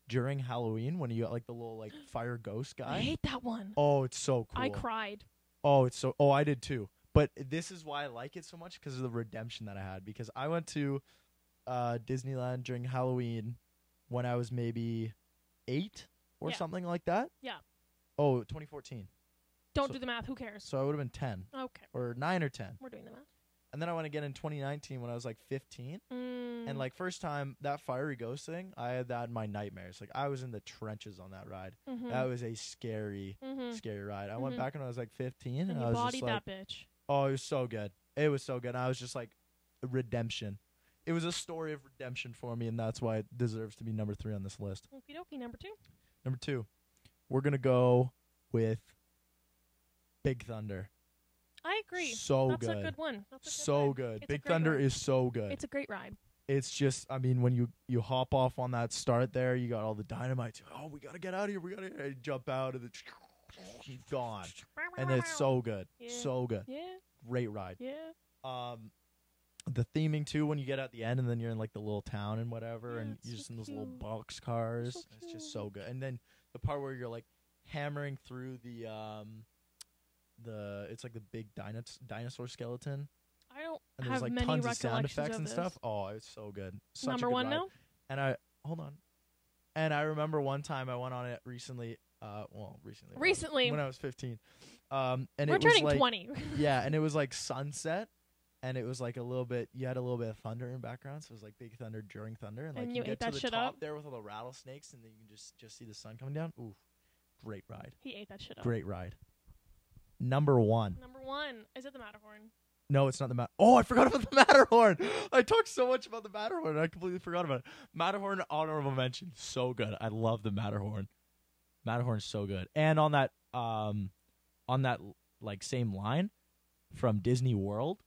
during Halloween when you got like the little like fire ghost
I
guy.
hate that one.
Oh, it's so cool.
I cried.
Oh, it's so. Oh, I did too. But this is why I like it so much because of the redemption that I had. Because I went to uh, Disneyland during Halloween when I was maybe eight or
Yeah.
something like that.
Yeah.
Oh, 2014.
Don't
So-
do the math. Who cares?
So I would have been 10
Okay,
or 9 or 10.
we're doing the math.
And then I went again in 2019 when I was like 15.
Mm,
And like first time that fiery ghost thing, I had that in my nightmares. Like I was in the trenches on that ride.
mm-hmm,
That was a scary,
mm-hmm.
scary ride. I went
Mhm.
back when I was like 15 and,
and
I
you
was
bodied
just like,
that bitch.
Oh, it was so good. It was so good. I was just like, redemption. It was a story of redemption for me, and that's why it deserves to be number three on this list.
Okie dokie, number two.
Number two, we're gonna go with Big Thunder.
I agree.
So
That's
good.
a good one. That's a good
So
one.
good.
It's a
Big
great
Thunder
one.
is so good.
It's
It's,
a great ride.
just, I mean, when you you hop off on that start there, you got all the dynamite. Oh, we gotta get out of here. We gotta and you jump out of the. She's gone, and it's so good,
Yeah.
so good.
Yeah,
Great ride.
yeah.
um the theming too when you get at the end and then you're in like the little town and whatever
Yeah,
and
it's
you're
so
just in those little
cute.
box cars
So
it's just so good and then the part where you're like hammering through the um the it's like the big dinos- dinosaur skeleton
I don't
and
have
there's like
many
tons of
recollections
sound effects
of
and
this.
stuff oh it's so good Such a
number
good
one
ride.
now.
and i hold on and i remember one time i went on it recently uh well recently when I was-
Recently.
when i was 15 um and
we're
it was
turning
like,
twenty.
yeah, and it was like sunset, and it was like a little bit. You had a little bit of thunder in background, so it was like big thunder during thunder, and like
And
you,
you
get
ate
to
that
the
shit
top
up?
there with all the rattlesnakes, and then you can just just see the sun coming down. Ooh, great ride,
he ate that shit up.
great ride. Number one.
Number one is it the Matterhorn?
No, it's not the Matterhorn. Oh, I forgot about the Matterhorn. I talked so much about the Matterhorn, and I completely forgot about it. Matterhorn honorable mention, so good. I love the Matterhorn. Matterhorn's so good. And on that, um, on that like same line from Disney World,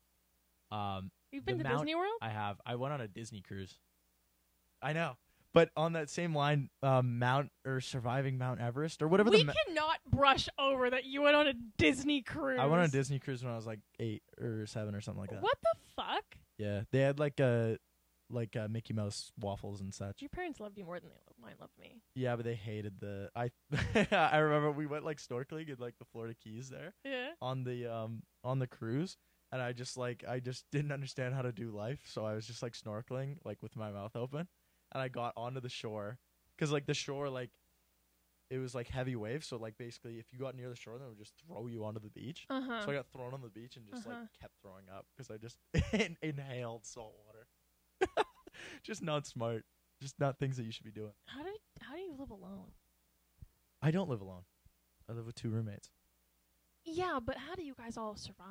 um,
You've been
The
to
Mount-
Disney World?
I have. I went on a Disney cruise. I know, but on that same line, um, Mount or surviving Mount Everest or whatever
we
the. ma-
cannot brush over that you went on a Disney cruise.
I went on a Disney cruise when I was like eight or seven or something like that.
What the fuck?
Yeah, they had like a like uh Mickey Mouse waffles and such.
Your parents loved you more than they loved mine loved me.
Yeah, but they hated the I. I remember we went like snorkeling in like the Florida Keys there
Yeah.
on the um on the cruise, and I just like I just didn't understand how to do life, so I was just like snorkeling like with my mouth open, and I got onto the shore because like the shore like it was like heavy waves, so like basically if you got near the shore, they would just throw you onto the beach.
Uh huh.
So I got thrown on the beach and just
Uh-huh.
like kept throwing up because I just in- inhaled salt water. just not smart. Just not things that you should be doing.
how do how do you live alone?
I don't live alone. I live with two roommates.
Yeah, but how do you guys all survive?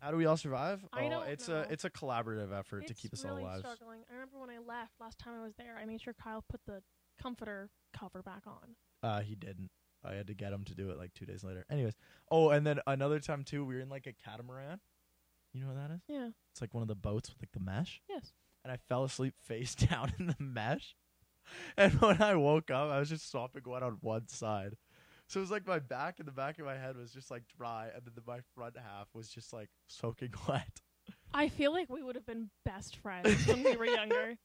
How do we all survive?
I
oh,
don't
it's
know.
a it's a collaborative effort to
It's
keep us
really
all alive.
struggling. I remember when I left last time I was there, I made sure Kyle put the comforter cover back on.
Uh, he didn't. I had to get him to do it like two days later. Anyways, oh, and then another time too, we were in like a catamaran. You know what that is?
Yeah.
It's like one of the boats with like the mesh.
Yes.
and I fell asleep face down in the mesh. And when I woke up, I was just sopping wet on one side. So it was like my back and the back of my head was just like dry, and then the- my front half was just like soaking wet.
I feel like we would have been best friends when we were younger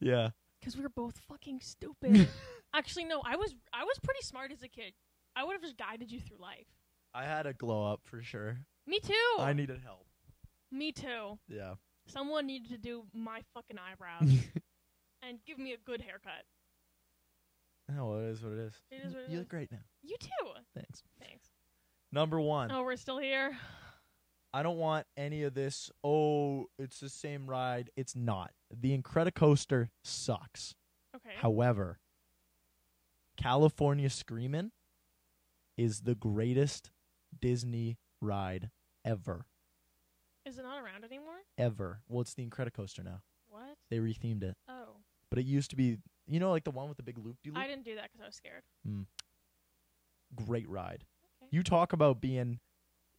Yeah.
because we were both fucking stupid. Actually, no, I was I was pretty smart as a kid. I would have just guided you through life.
I had a glow up for sure.
Me too.
I needed help.
Me too.
Yeah.
Someone needed to do my fucking eyebrows and give me a good haircut.
No, well, it is what it is.
It is what it
you
is.
look great now.
You too.
Thanks.
Thanks.
Number one,
Oh, we're still here.
I don't want any of this. Oh, it's the same ride. It's not. The Incredicoaster sucks.
Okay.
However, California Screamin' is the greatest Disney ride ever,
Is it not around anymore?
ever. Well, it's the Incredicoaster now.
What?
They rethemed it,
Oh,
but it used to be, you know, like the one with the big loop de
I
loop.
didn't do that because I was scared.
Great ride.
Okay.
You talk about being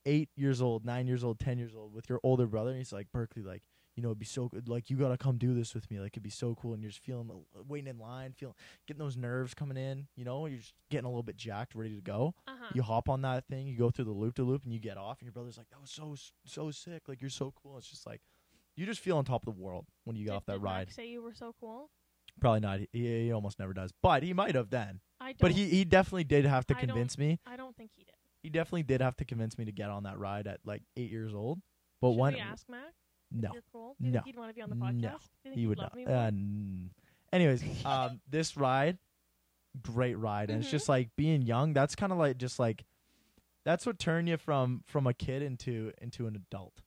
eight years old, nine years old, ten years old with your older brother, and he's like Berkeley, like you know, it'd be so good. Like you gotta come do this with me. Like it'd be so cool. And you're just feeling uh, waiting in line, feeling getting those nerves coming in. You know, you're just getting a little bit jacked, ready to go.
Uh huh.
you hop on that thing, you go through the loop to loop, and you get off, and your brother's like, "That was so so sick! Like you're so cool." It's just like you just feel on top of the world when you get off that ride.
Say you were so cool.
Probably not. He, he almost never does, but he might have then.
I don't.
But he he definitely did have to
I don't-
convince me.
I don't think he did.
He definitely did have to convince me to get on that ride at like eight years old. But
Should
one,
we ask Mac?
no,
If you're cool. Do you
No.
think he'd want to be on the
No.
podcast? Do you think
he would
love
not.
Me
Uh,
more?
n- anyways, um, this ride, great ride, and it's
Mhm.
just like being young. That's kind of like just like that's what turned you from from a kid into into an adult.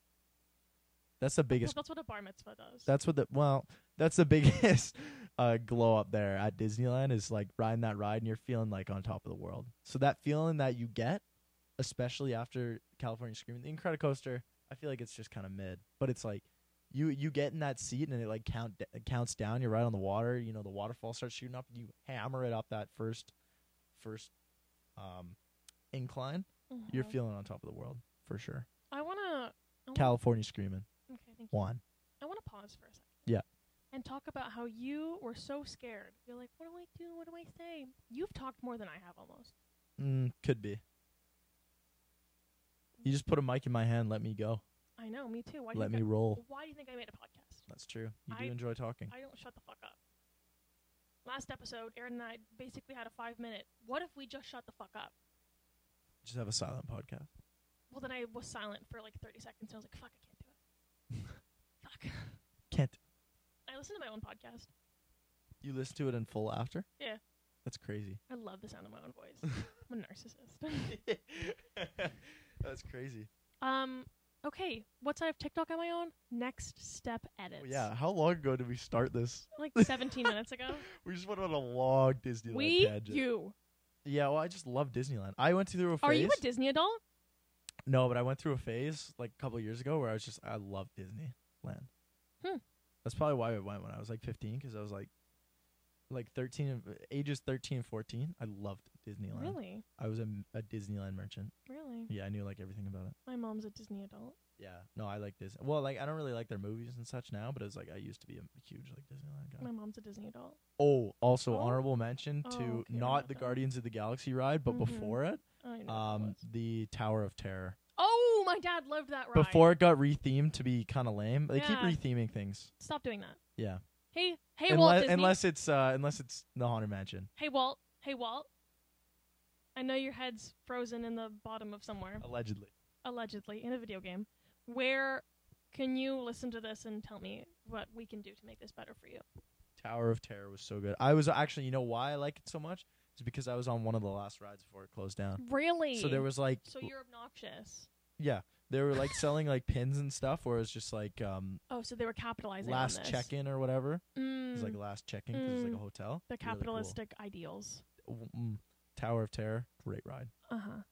That's the biggest.
Well, that's what a bar mitzvah does.
That's what the well. That's the biggest uh, glow up there at Disneyland is like riding that ride and you're feeling like on top of the world. So that feeling that you get, especially after California Screaming, the Incredicoaster, I feel like it's just kind of mid, but it's like you you get in that seat and it like count it counts down. You're right on the water. You know the waterfall starts shooting up. You hammer it up that first first um incline. You're
Mhm.
feeling on top of the world for sure.
I wanna. I wanna
California Screaming
okay, thank you.
one.
I want to pause for a second.
Yeah.
And talk about how you were so scared. You're like, what do I do? What do I say? You've talked more than I have almost.
Mm, could be. You just put a mic in my hand, let me go.
I know, me too. Why do you
let me
think I,
roll.
Why do you think I made a podcast?
That's true. You do
I-
enjoy talking.
I don't shut the fuck up. Last episode, Aaron and I basically had a five minute. What if we just shut the fuck up?
just have a silent podcast.
Well, then I was silent for like 30 seconds and I was like, fuck, I can't do it. fuck.
Can't.
I listen to my own podcast.
You listen to it in full after?
Yeah.
That's crazy.
I love the sound of my own voice. I'm a narcissist.
That's crazy.
um, okay. What side of TikTok am I on? Next step edits.
Oh, yeah. How long ago did we start this?
Like 17 minutes ago.
We just went on a long Disneyland
we,
tangent.
you.
yeah, well, I just love Disneyland. I went through a phase.
Are you a Disney adult?
No, but I went through a phase like a couple of years ago where I was just I love Disneyland.
Hmm.
That's probably why I went when I was like 15 because I was like like 13 and- ages 13 and 14. I loved Disneyland.
Really?
I was a, m- a Disneyland merchant.
Really?
Yeah, I knew like everything about it.
My mom's a Disney adult.
Yeah. No, I like Disney. Well, like I don't really like their movies and such now, but it was like I used to be a huge like Disneyland guy.
My mom's a Disney adult.
Oh, also
Mm. Oh.
honorable mention
Oh,
to
okay, I
not
know
the
that.
Guardians of the Galaxy ride, but
Mhm.
before it,
I know. how it
um
was.
the Tower of Terror.
oh, my dad loved that ride.
before it got rethemed to be kind of lame. They keep
Yeah.
retheming things.
Stop doing that.
Yeah.
Hey, hey, Walt
unless,
Disney.
unless it's uh, unless it's the Haunted Mansion.
Hey, Walt. Hey, Walt. I know your head's frozen in the bottom of somewhere,
Allegedly.
allegedly, in a video game. Where can you listen to this and tell me what we can do to make this better for you?
Tower of Terror was so good. I was actually you know why I like it so much? It's because I was on one of the last rides before it closed down.
Really?
So there was like
So you're obnoxious.
yeah. They were like selling like pins and stuff where it was just like um
Oh, so they were capitalizing
last
on this.
check in or whatever. It was
Mm,
like last check in because it's like a
Mm.
hotel.
the
Really cool.
capitalistic ideals.
W- mm. Tower of Terror, great ride.
Uh huh.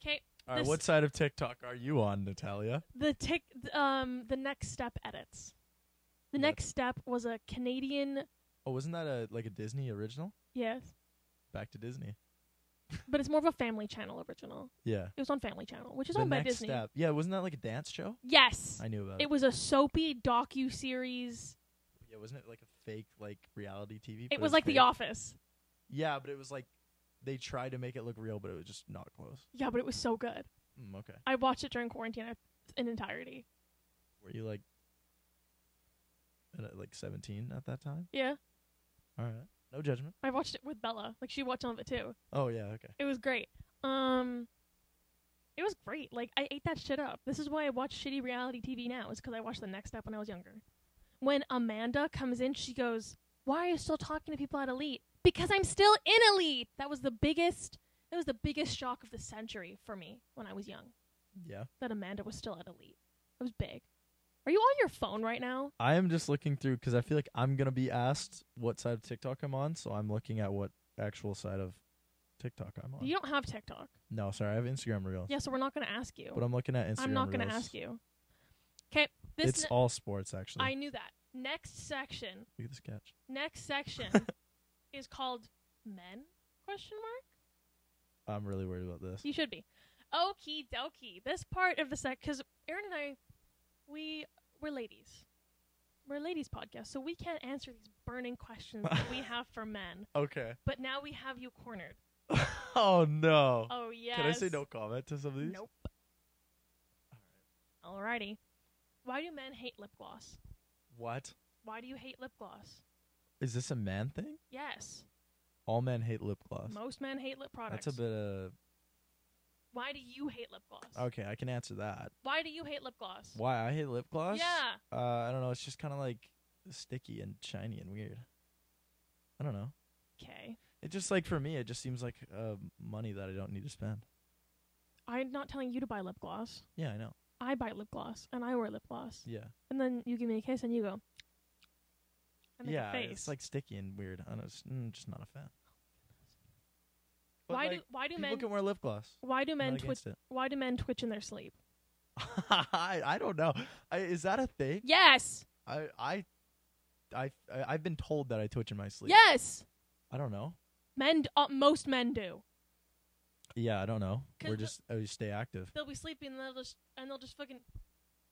Okay.
All right,
This-
what side of TikTok are you on, Natalia?
the tick th- um the next step edits the
What?
next step was a canadian
Oh, wasn't that a like a Disney original?
yes
Back to Disney.
but it's more of a family channel original
Yeah.
it was on family channel which is
the
owned by
next
disney
step. Yeah, wasn't that like a dance show?
yes
I knew about it.
it was a soapy docu-series
Yeah, wasn't it like a fake like reality TV? but
it was like
fake?
the office
Yeah, but it was like they tried to make it look real, but it was just not close.
yeah but it was so good
Mm, okay.
i watched it during quarantine I- in entirety
Were you like at, uh, like 17 at that time?
yeah
All right. No judgment.
i watched it with bella like she watched all of it too
Oh yeah, okay.
it was great um it was great like i ate that shit up this is why i watch shitty reality tv now is because i watched the next step when i was younger when amanda comes in she goes why are you still talking to people at elite because i'm still in elite that was the biggest that was the biggest shock of the century for me when i was young
Yeah.
that Amanda was still at Elite. It was big. Are you on your phone right now?
I am just looking through because I feel like I'm gonna be asked what side of TikTok I'm on, so I'm looking at what actual side of TikTok I'm on.
You don't have TikTok.
No, sorry, I have Instagram Reels.
Yeah, so we're not going to ask you.
But I'm looking at Instagram.
I'm not going to
Reels.
ask you. Okay, this
it's
ne-
all sports actually.
I knew that. Next section.
Look at this catch.
Next section is called men? Question mark.
I'm really worried about this.
You should be. Okie dokie. This part of the sec, because Aaron and I, we we're ladies. We're a ladies podcast, so we can't answer these burning questions that we have for men.
Okay.
But now we have you cornered.
oh no.
Oh yes.
Can I say no comment to some of these?
Nope. Alrighty. Why do men hate lip gloss?
What?
Why do you hate lip gloss?
Is this a man thing?
Yes,
All men hate lip gloss.
most men hate lip products.
That's a bit of
Why do you hate lip gloss?
okay. I can answer that.
Why do you hate lip gloss?
Why I hate lip gloss?
Yeah.
Uh, I don't know. It's just kind of like sticky and shiny and weird. I don't know.
Okay.
It just like for me, it just seems like uh, money that I don't need to spend.
I'm not telling you to buy lip gloss.
Yeah, I know.
I buy lip gloss and I wear lip gloss.
Yeah.
And then you give me a kiss and you go. I make
yeah,
a face.
it's like sticky and weird. I don't, just, mm, just not a fan. But,
why
like,
do why do
people
men
can wear lip gloss?
why do
I'm
men
not
twitch
against it.
why do men twitch in their sleep?
I, I don't know. I, is that a thing?
Yes.
I I I I- I've been told that I twitch in my sleep.
Yes.
I don't know.
Men d- uh, most men do.
Yeah, I don't know.
'Cause
We're
the-
just uh, we stay active.
They'll be sleeping and they'll just and they'll just fucking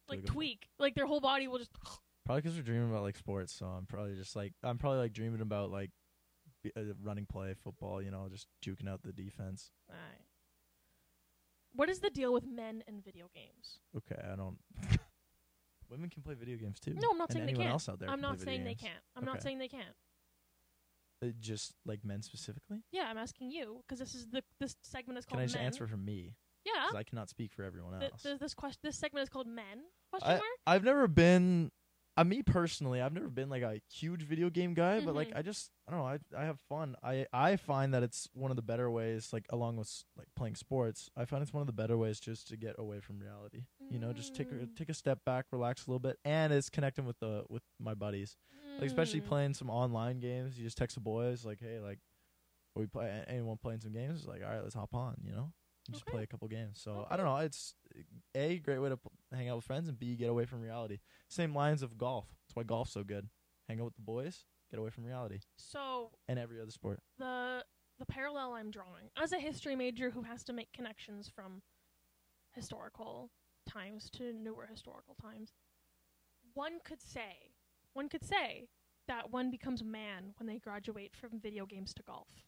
like
Like a-
tweak. Like their whole body will just
Probably because we're dreaming about like sports, so I'm probably just like I'm probably like dreaming about like b- uh, running play football. You know, just juking out the defense.
Alright. What is the deal with men and video games?
Okay, I don't. Women can play video games too.
No, I'm not
and
saying they
anyone
can't.
else out there.
I'm
can
not
play video
saying they
games.
can't. I'm not
Okay.
saying they can't.
Uh, just like men specifically.
Yeah, I'm asking you because this is the this segment is
Can
called
I just
men.
answer for me?
Yeah.
Because I cannot speak for everyone
Th-
else.
th- this question, this segment is called men? Question mark.
I've never been. Uh, me personally, I've never been like a huge video game guy, but like
Mhm.
I just I don't know. I I have fun. I I find that it's one of the better ways, like along with s- like playing sports. I find it's one of the better ways just to get away from reality. You know, just take a,
Mm.
take a step back, relax a little bit, and it's connecting with the with my buddies. Like especially
Mm.
playing some online games, you just text the boys like, hey, like, are we play a- anyone playing some games? It's like, all right, let's hop on. You know, and just
Okay.
play a couple games. So
Okay.
I don't know. It's a great way to p- hang out with friends, and b get away from reality. Same lines of golf. That's why golf's so good. Hang out with the boys, get away from reality,
So
and every other sport.
the the parallel I'm drawing as a history major who has to make connections from historical times to newer historical times, one could say, one could say that one becomes a man when they graduate from video games to golf.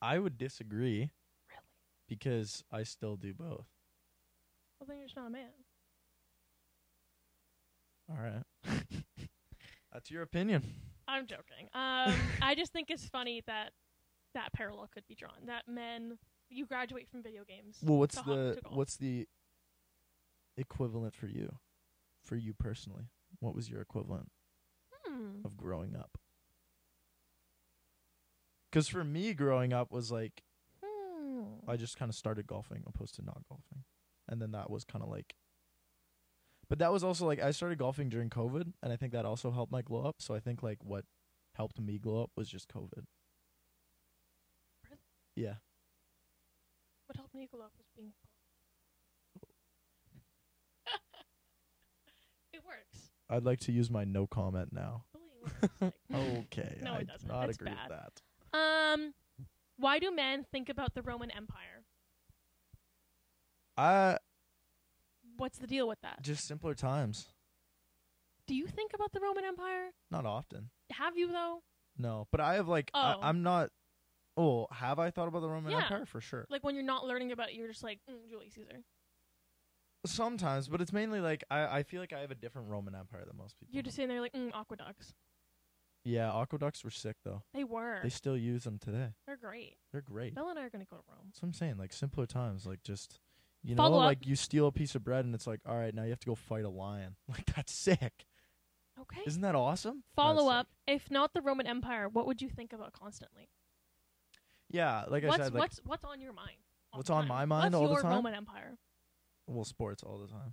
I would disagree
Really?
because I still do both.
Well, then you're just not a man.
All right. That's your opinion.
I'm joking. Um, I just think it's funny that that parallel could be drawn. That men, you graduate from video games.
Well, what's
to hop
the
to golf.
what's the equivalent for you? For you personally, what was your equivalent
Hmm.
of growing up? Because for me, growing up was like
Hmm.
I just kind of started golfing opposed to not golfing, and then that was kind of like. But that was also like I started golfing during COVID, and I think that also helped my glow up. So I think like what helped me glow up was just COVID.
Really?
Yeah,
What helped me glow up was being. it works.
I'd like to use my no comment now.
Really works.
Okay,
No,
I
it
do
doesn't.
not
It's
agree
bad.
with that.
Like, um, why do men think about the Roman Empire?
I
What's the deal with that?
just simpler times.
Do you think about the Roman Empire?
Not often.
Have you though?
No, but I have like
Oh.
I, I'm not. Oh, have I thought about the Roman
Yeah.
Empire for sure?
Like when you're not learning about it, you're just like mm, Julius Caesar.
Sometimes, but it's mainly like I, I feel like I have a different Roman Empire than most people.
You're just sitting there like mm, aqueducts.
yeah, aqueducts were sick though.
They were.
They still use them today.
They're great.
They're great.
Bella and I are gonna go to Rome.
That's what I'm saying. Like simpler times. Like just you know,
Follow up.
like you steal a piece of bread and it's like, all right, now you have to go fight a lion. Like that's sick.
Okay.
Isn't that awesome? No, it's
Follow
sick.
up. If not the Roman Empire, what would you think about constantly?
yeah, like
what's
I said, like
what's what's on your mind? all
What's
the
on
time?
my mind
what's
all the
your
time?
Roman Empire.
well, sports all the time.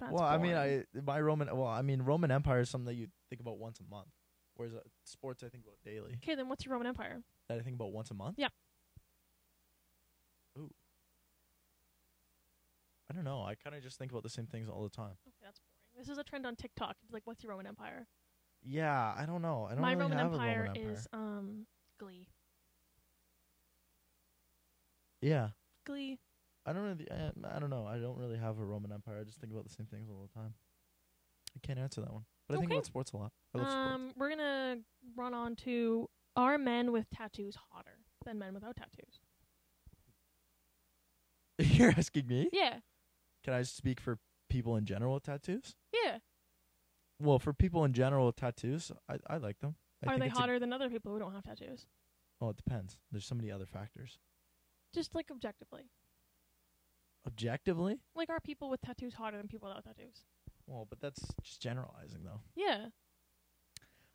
That's
well, I mean,
boring.
I my Roman. Well, I mean, Roman Empire is something that you think about once a month, whereas uh, sports I think about daily.
okay. Then what's your Roman Empire?
That I think about once a month.
Yeah.
Ooh. I don't know. I kind of just think about the same things all the time.
Okay, that's boring. This is a trend on TikTok. It's like, what's your Roman Empire?
Yeah, I don't know. I don't
My
really
Roman,
have
Empire
a Roman Empire.
is um Glee.
yeah.
Glee.
I don't really. eh, I, I don't know. I don't really have a Roman Empire. I just think about the same things all the time. I can't answer that one, but I think
Okay.
about sports a lot. I love sports.
Um, we're gonna run on to are men with tattoos hotter than men without tattoos?
You're asking me?
Yeah,
Can I speak for people in general with tattoos?
yeah.
Well, for people in general with tattoos, I I like them. I
Are
think
they
it's a-
hotter than other people who don't have tattoos?
oh, it depends. There's so many other factors.
Just like objectively,
Objectively,
like are people with tattoos hotter than people without tattoos?
well, but that's just generalizing, though.
Yeah.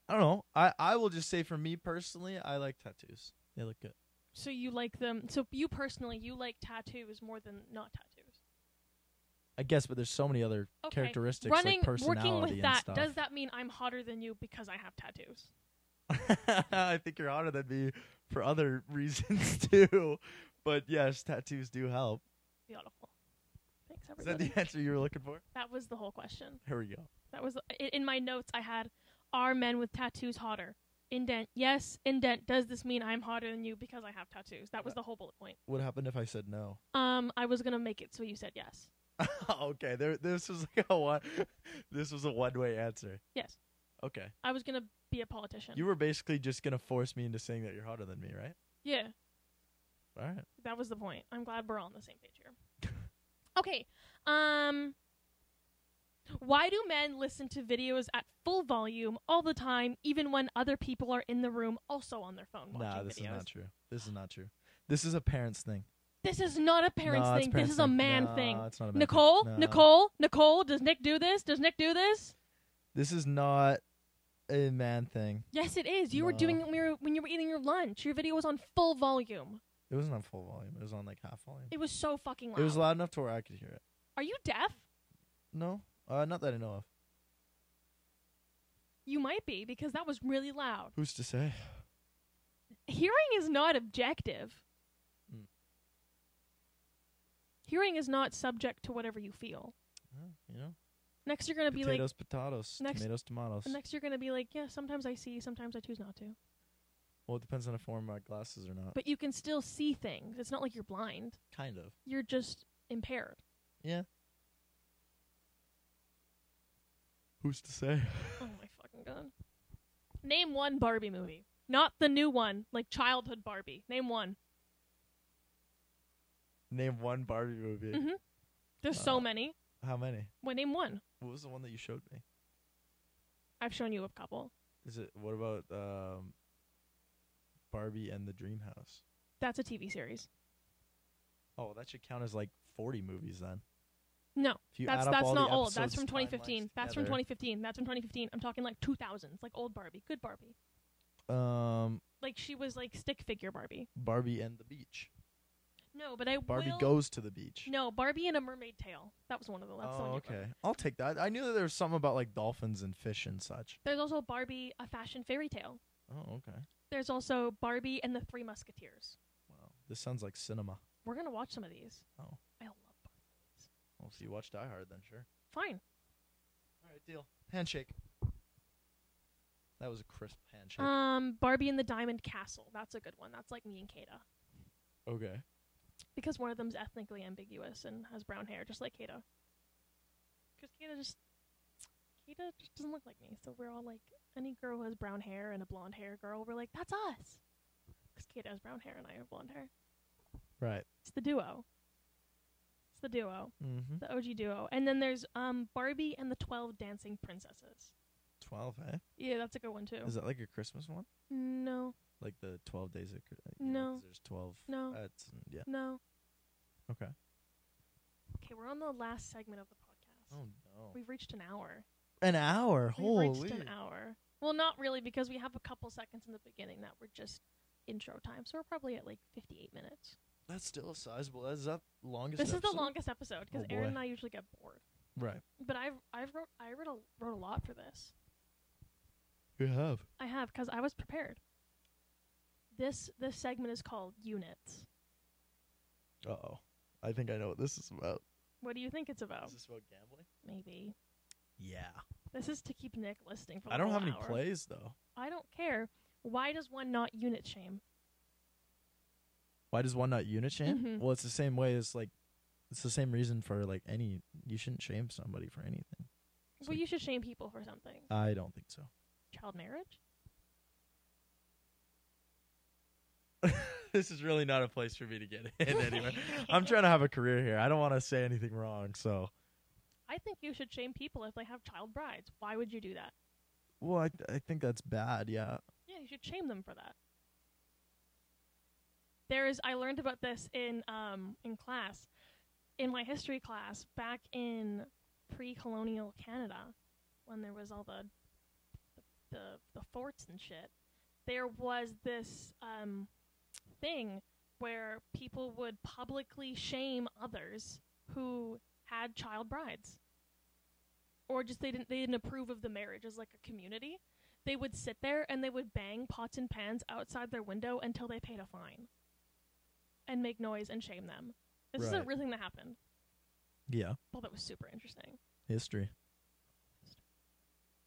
I don't know. I I will just say for me personally, I like tattoos. They look good.
So you like them? So you personally, you like tattoos more than not tattoos?
I guess, but there's so many other
Okay.
characteristics
Running,
like personality
working with
and
that,
stuff.
does that mean I'm hotter than you because I have tattoos?
I think you're hotter than me for other reasons too. But yes, tattoos do help.
Beautiful. Thanks,
Is that
everybody.
the answer you were looking for?
that was the whole question.
Here we go.
That was i- in my notes. I had, "Are men with tattoos hotter?" Indent. Yes. Indent. Does this mean I'm hotter than you because I have tattoos? That was the whole bullet point.
What happened if I said no?
Um, I was gonna make it so you said yes.
okay, there. This was like a one. This was a one-way answer.
Yes.
Okay,
I was gonna be a politician.
you were basically just gonna force me into saying that you're hotter than me, right?
yeah.
All right.
That was the point. I'm glad we're all on the same page here. okay. Um why do men listen to videos at full volume all the time even when other people are in the room also on their phone watching
Nah, this
videos?
is not true. This is not true. This is a parents thing.
This is not a parents
Nah, it's
thing.
parents
this is a man
Nah,
thing.
It's not a man
Nicole,
thing. Nah.
Nicole, Nicole, does Nick do this? Does Nick do this?
This is not a man thing.
Yes, it is. You were
Nah.
doing it when you were, when you were eating your lunch. Your video was on full volume.
It wasn't on full volume. It was on like half volume.
It was so fucking loud.
It was loud enough to where I could hear it.
Are you deaf?
No, uh, not that I know of.
You might be because that was really loud.
Who's to say?
hearing is not objective.
Mm.
Hearing is not subject to whatever you feel.
Well, you know,
Next, you're gonna be like,
potatoes, potatoes,
next-
tomatoes, tomatoes.
next you're gonna be like, yeah. Sometimes I see, sometimes I choose not to.
well, it depends on if I wear my glasses or not.
But you can still see things. It's not like you're blind.
kind of.
You're just impaired.
Who's to say?
Oh my fucking god. Name one Barbie movie, not the new one, like childhood Barbie. Name one.
Name one Barbie movie.
Mhm. There's
Uh,
so many.
How many?
Well, name one.
What was the one that you showed me?
I've shown you a couple.
Is it what about um, Barbie and the Dream House?
That's a TV series.
Oh, that should count as like forty movies then.
No.
If you
That's
add up
that's
all
not
the
old. That's
episodes'
from
timelines
2015. That's from
together.
2015. That's from 2015. I'm talking like 2000s, like old Barbie, good Barbie.
Um,
Like she was like stick figure Barbie.
Barbie and the beach.
No, but I
Barbie
will.
goes to the beach.
No, Barbie and a Mermaid Tale. That was one of the. That's the one
oh,
you wrote.
okay. I'll take that. I knew that there was something about like dolphins and fish and such.
There's also Barbie, a fashion fairy tale.
Oh, okay.
There's also Barbie and the Three Musketeers.
Wow, this sounds like cinema.
We're gonna watch some of these.
Oh.
I love Barbie.
Well, so Oh, you watch Die Hard then, sure.
Fine.
All right, deal. Handshake. That was a crisp handshake.
Um, Barbie and the Diamond Castle. That's a good one. That's like me and Kada,
okay.
because one of them's ethnically ambiguous and has brown hair, just like Kada. Because Kada just Kita just doesn't look like me. So we're all like, any girl who has brown hair and a blonde hair girl, we're like, that's us. Because Kita has brown hair and I have blonde hair.
Right.
It's the duo. It's the duo,
Mm-hmm.
the OG duo. And then there's um Barbie and the Twelve Dancing Princesses.
Twelve, eh?
Yeah, that's a good one too.
Is that like a Christmas one?
no,
Like the twelve days of? Chri- uh, you
No.
know, 'cause there's twelve.
No.
That's yeah.
no.
Okay.
Okay, we're on the last segment of the podcast.
Oh no.
We've reached an hour.
An hour.
We've
Holy.
reached an hour. Well, not really, because we have a couple seconds in the beginning that were just intro time, so we're probably at like 58 minutes.
That's still sizable. That's that longest.
This is
episode?
the longest episode because
Oh,
Aaron
boy.
and I usually get bored.
Right.
But I've I've wrote I wrote a, wrote a lot for this.
You have.
I have because I was prepared. This this segment is called units.
Uh oh. I think I know what this is about.
What do you think it's about?
this about gambling?
Maybe
Yeah.
this is to keep Nick listening for. the
I don't
whole
have any
hour.
plays though.
I don't care. Why does one not unit shame?
Why does one not unit shame?
Mhm.
Well, it's the same way as like, it's the same reason for like any. You shouldn't shame somebody for anything. It's
well,
like-
you should shame people for something.
I don't think so.
Child marriage.
this is really not a place for me to get in anyway. I'm trying to have a career here. I don't want to say anything wrong. So,
I think you should shame people if they have child brides. Why would you do that?
well, I, I think that's bad. Yeah.
Yeah, you should shame them for that. There is I learned about this in um in class in my history class back in pre-colonial Canada when there was all the the the, the forts and shit. There was this um thing where people would publicly shame others who had child brides or just they didn't they didn't approve of the marriage as like a community they would sit there and they would bang pots and pans outside their window until they paid a fine and make noise and shame them. This is a
Right.
real thing that happened.
Yeah.
Well, that was super interesting.
History.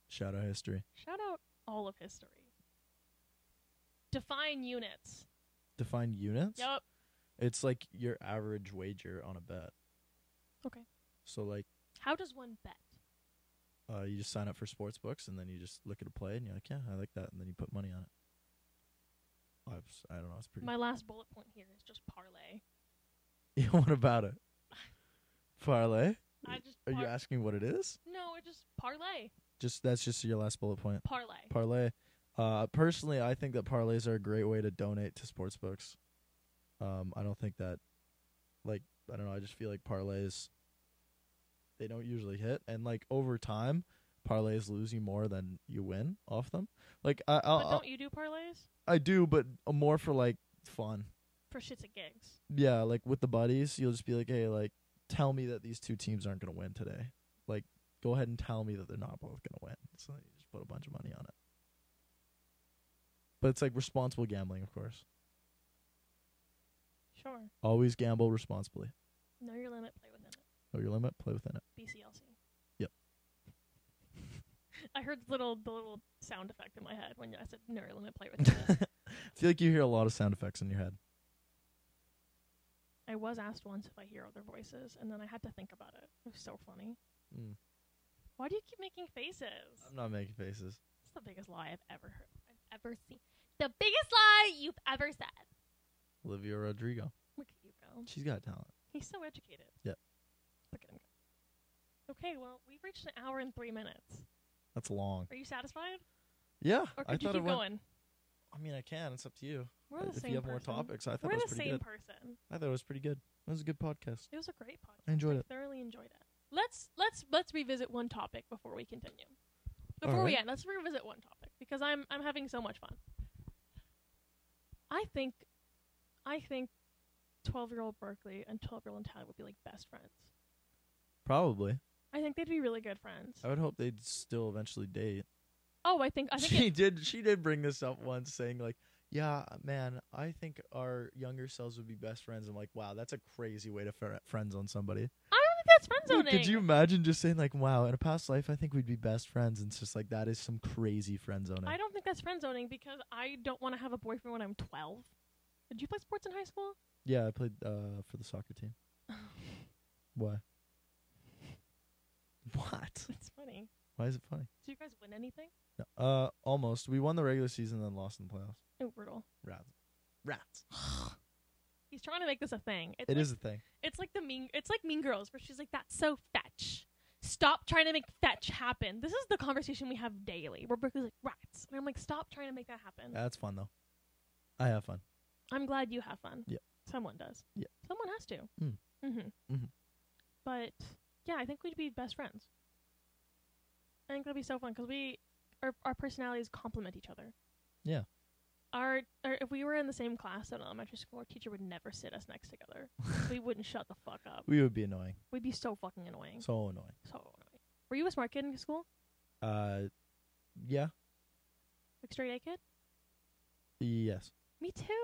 Shout out history.
Shout out all of history. Define units.
Define units.
Yep.
It's like your average wager on a bet.
Okay.
So like,
How does one bet?
uh, you just sign up for sports books and then you just look at a play and you're like, yeah, I like that, and then you put money on it. I, was- I don't know. It's pretty.
My last bullet point here is just parlay.
what about it? Parlay?
I just
Are you
par-
asking what it is?
no, it just parlay,
Just that's just your last bullet point.
parlay.
parlay. Uh, personally, I think that parlays are a great way to donate to sports books. Um, I don't think that, like, I don't know. I just feel like parlays, they don't usually hit, and like over time, parlays lose you more than you win off them. Like I, I'll,
but
I'll-
don't you do parlays
I do, but more for like fun.
for shits and gigs?
Yeah, like with the buddies, you'll just be like, hey, like, tell me that these two teams aren't gonna win today. Like, go ahead and tell me that they're not both gonna win. So you just put a bunch of money on it. But it's like responsible gambling, of course.
Sure.
Always gamble responsibly.
Know your limit, play within it.
Know your limit, play within it.
BCLC.
Yep.
I heard the little the little sound effect in my head when I said no you're limit play with it.
I feel like you hear a lot of sound effects in your head.
I was asked once if I hear other voices, and then I had to think about it. It was so funny.
Mm.
Why do you keep making faces?
I'm not making faces.
It's the biggest lie I've ever heard. I've ever seen. The biggest lie you've ever said.
Olivia Rodrigo.
Look at you go.
She's got talent.
He's so educated.
Yep.
Look at him go. Okay, well, we've reached an hour and three minutes.
That's long.
Are you satisfied?
Yeah.
Or
I
could you
thought
keep
it went,
going?
I mean I can, it's up to you.
We're the
if
same
you have
person.
more topics, I thought
We're
it was
the
pretty
same
good.
person.
I thought it was pretty good. It was a good podcast.
It was a great podcast.
I enjoyed it.
Thoroughly enjoyed it. Let's let's let's revisit one topic before we continue. Before we
Alright.
end, let's revisit one topic because I'm I'm having so much fun. I think, I think, twelve year old Berkeley and twelve year old Italian would be like best friends.
Probably.
I think they'd be really good friends.
I would hope they'd still eventually date.
Oh, I think I think
she
it,
did. She did bring this up once, saying like, "Yeah, man, I think our younger selves would be best friends." I'm like, "Wow, that's a crazy way to fr- friends on somebody."
I don't think that's friend
Like,
zoning.
could you imagine just saying like, "Wow, in a past life, I think we'd be best friends," and it's just like that is some crazy friend zoning.
I don't think that's friend zoning because I don't want to have a boyfriend when I'm twelve. Did you play sports in high school?
yeah, I played uh, for the soccer team. Why? What?
That's funny.
Why is it funny?
Did you guys win anything?
No. Uh, almost. We won the regular season, then lost in the playoffs.
Oh, brutal.
Rats. Rats.
He's trying to make this a thing. It's
It
like,
is a thing.
It's like the mean. It's like Mean Girls, where she's like, "That's so fetch. Stop trying to make fetch happen." This is the conversation we have daily. Where Brooklyn's like, "Rats," and I'm like, "Stop trying to make that happen."
That's fun though. I have fun.
I'm glad you have fun.
Yeah.
Someone does.
Yeah.
Someone has to.
Mm.
Mm-hmm.
Mhm.
But yeah, I think we'd be best friends. I think it'll be so fun because we our our personalities complement each other.
Yeah.
our, our if we were in the same class in elementary school, our teacher would never sit us next together. we wouldn't shut the fuck up.
We would be annoying.
We'd be so fucking annoying.
So annoying.
So annoying. Were you a smart kid in school?
Uh, yeah.
Like straight A kid?
Yes.
Me too.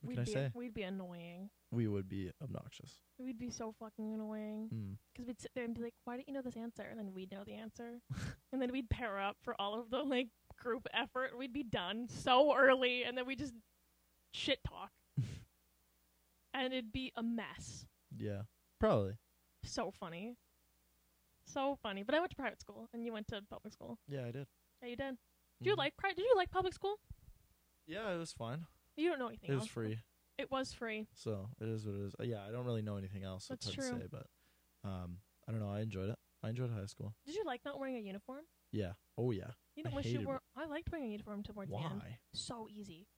What
we'd
can I
be
say?
we'd be annoying.
We would be obnoxious.
We'd be so fucking annoying
Mm.
because we'd sit there and be like, "Why didn't you know this answer?" And then we'd know the answer, and then we'd pair up for all of the like group effort. We'd be done so early, and then we just shit talk, and it'd be a mess.
Yeah. Probably.
So funny, so funny. But I went to private school, and you went to public school.
Yeah, I did.
Yeah, you did. Do you
Mhm.
like pri- Did you like public school?
Yeah, it was fine.
You don't know anything.
It was
else.
free,
It was free.
so it is what it is. Uh, yeah, I don't really know anything else. so
That's
it's hard to say, but um, I don't know. I enjoyed it. I enjoyed high school.
Did you like not wearing a uniform?
Yeah. Oh yeah.
You know,
I
wish you
hated
were. I liked wearing a uniform towards the end.
Why?
So easy.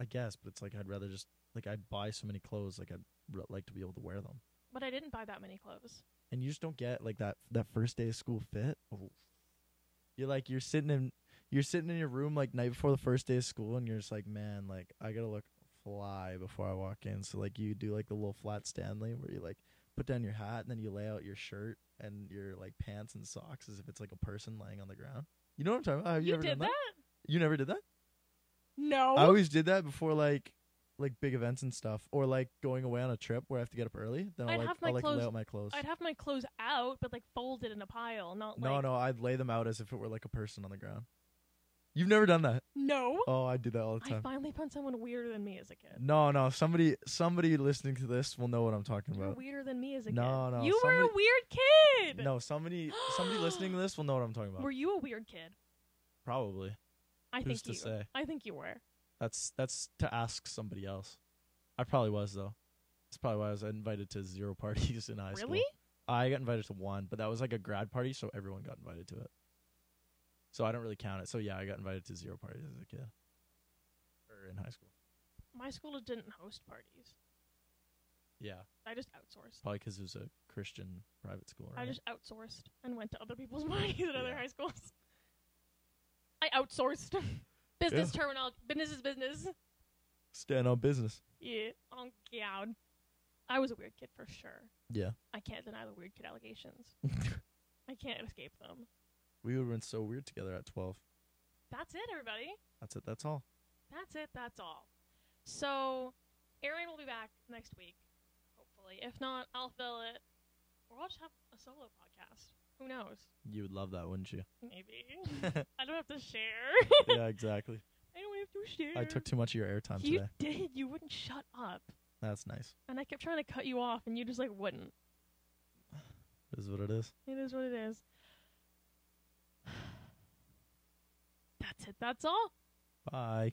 I guess, but it's like I'd rather just like I buy so many clothes. Like I'd re- like to be able to wear them.
But I didn't buy that many clothes.
and you just don't get like that that first day of school fit. Oh. You're like you're sitting in you're sitting in your room like night before the first day of school, and you're just like, man, like I gotta look fly before I walk in. So like you do like the little flat Stanley where you like put down your hat and then you lay out your shirt and your like pants and socks as if it's like a person laying on the ground. You know what I'm talking about? Have you,
You
ever
did
done
that? Oh.
that? You never did that?
No.
I always did that before like like big events and stuff, or like going away on a trip where I have to get up early. Then I'll
I'd
like
have my
I'll like
clothes-
lay out my clothes.
I'd have my clothes out, but like folded in a pile, not
No,
like.
no, I'd lay them out as if it were like a person on the ground. You've never done that.
No.
Oh, I do that all the
I
time.
finally found someone weirder than me as a kid.
No, no, somebody somebody listening to this will know what I'm talking
You were
about.
weirder than me as a
No,
kid.
no,
You were a
somebody-
weird kid.
No, somebody somebody listening to this will know what I'm talking about.
Were you a weird kid?
Probably.
I
Who's
think
to
you.
say?
I think you were.
That's that's to ask somebody else. I probably was though. That's probably why I was invited to zero parties in high school.
really?
I got invited to one, but that was like a grad party, so everyone got invited to it. So I don't really count it. So yeah, I got invited to zero parties as a kid. Or in high school.
My school didn't host parties.
Yeah.
I just outsourced.
Probably because it was a Christian private school, right?
I just outsourced and went to other people's parties at other
Yeah.
high schools. I outsourced. business terminal. Business is business.
Stand on business.
Yeah. Oh god. I was a weird kid for sure.
Yeah.
I can't deny the weird kid allegations. I can't escape them.
we would have been so weird together at 12.
That's it, everybody.
That's it. That's all.
That's it. That's all. So, Aaron will be back next week, hopefully. If not, I'll fill it. Or I'll just have a solo podcast. Who knows?
You would love that, wouldn't you?
Maybe. I don't have to share.
yeah, exactly.
I don't have to share.
I took too much of your airtime
You
today.
did. You wouldn't shut up.
That's nice.
And I kept trying to cut you off, and you just like wouldn't.
It is what it is.
It is what it is. That's it. That's all.
Bye.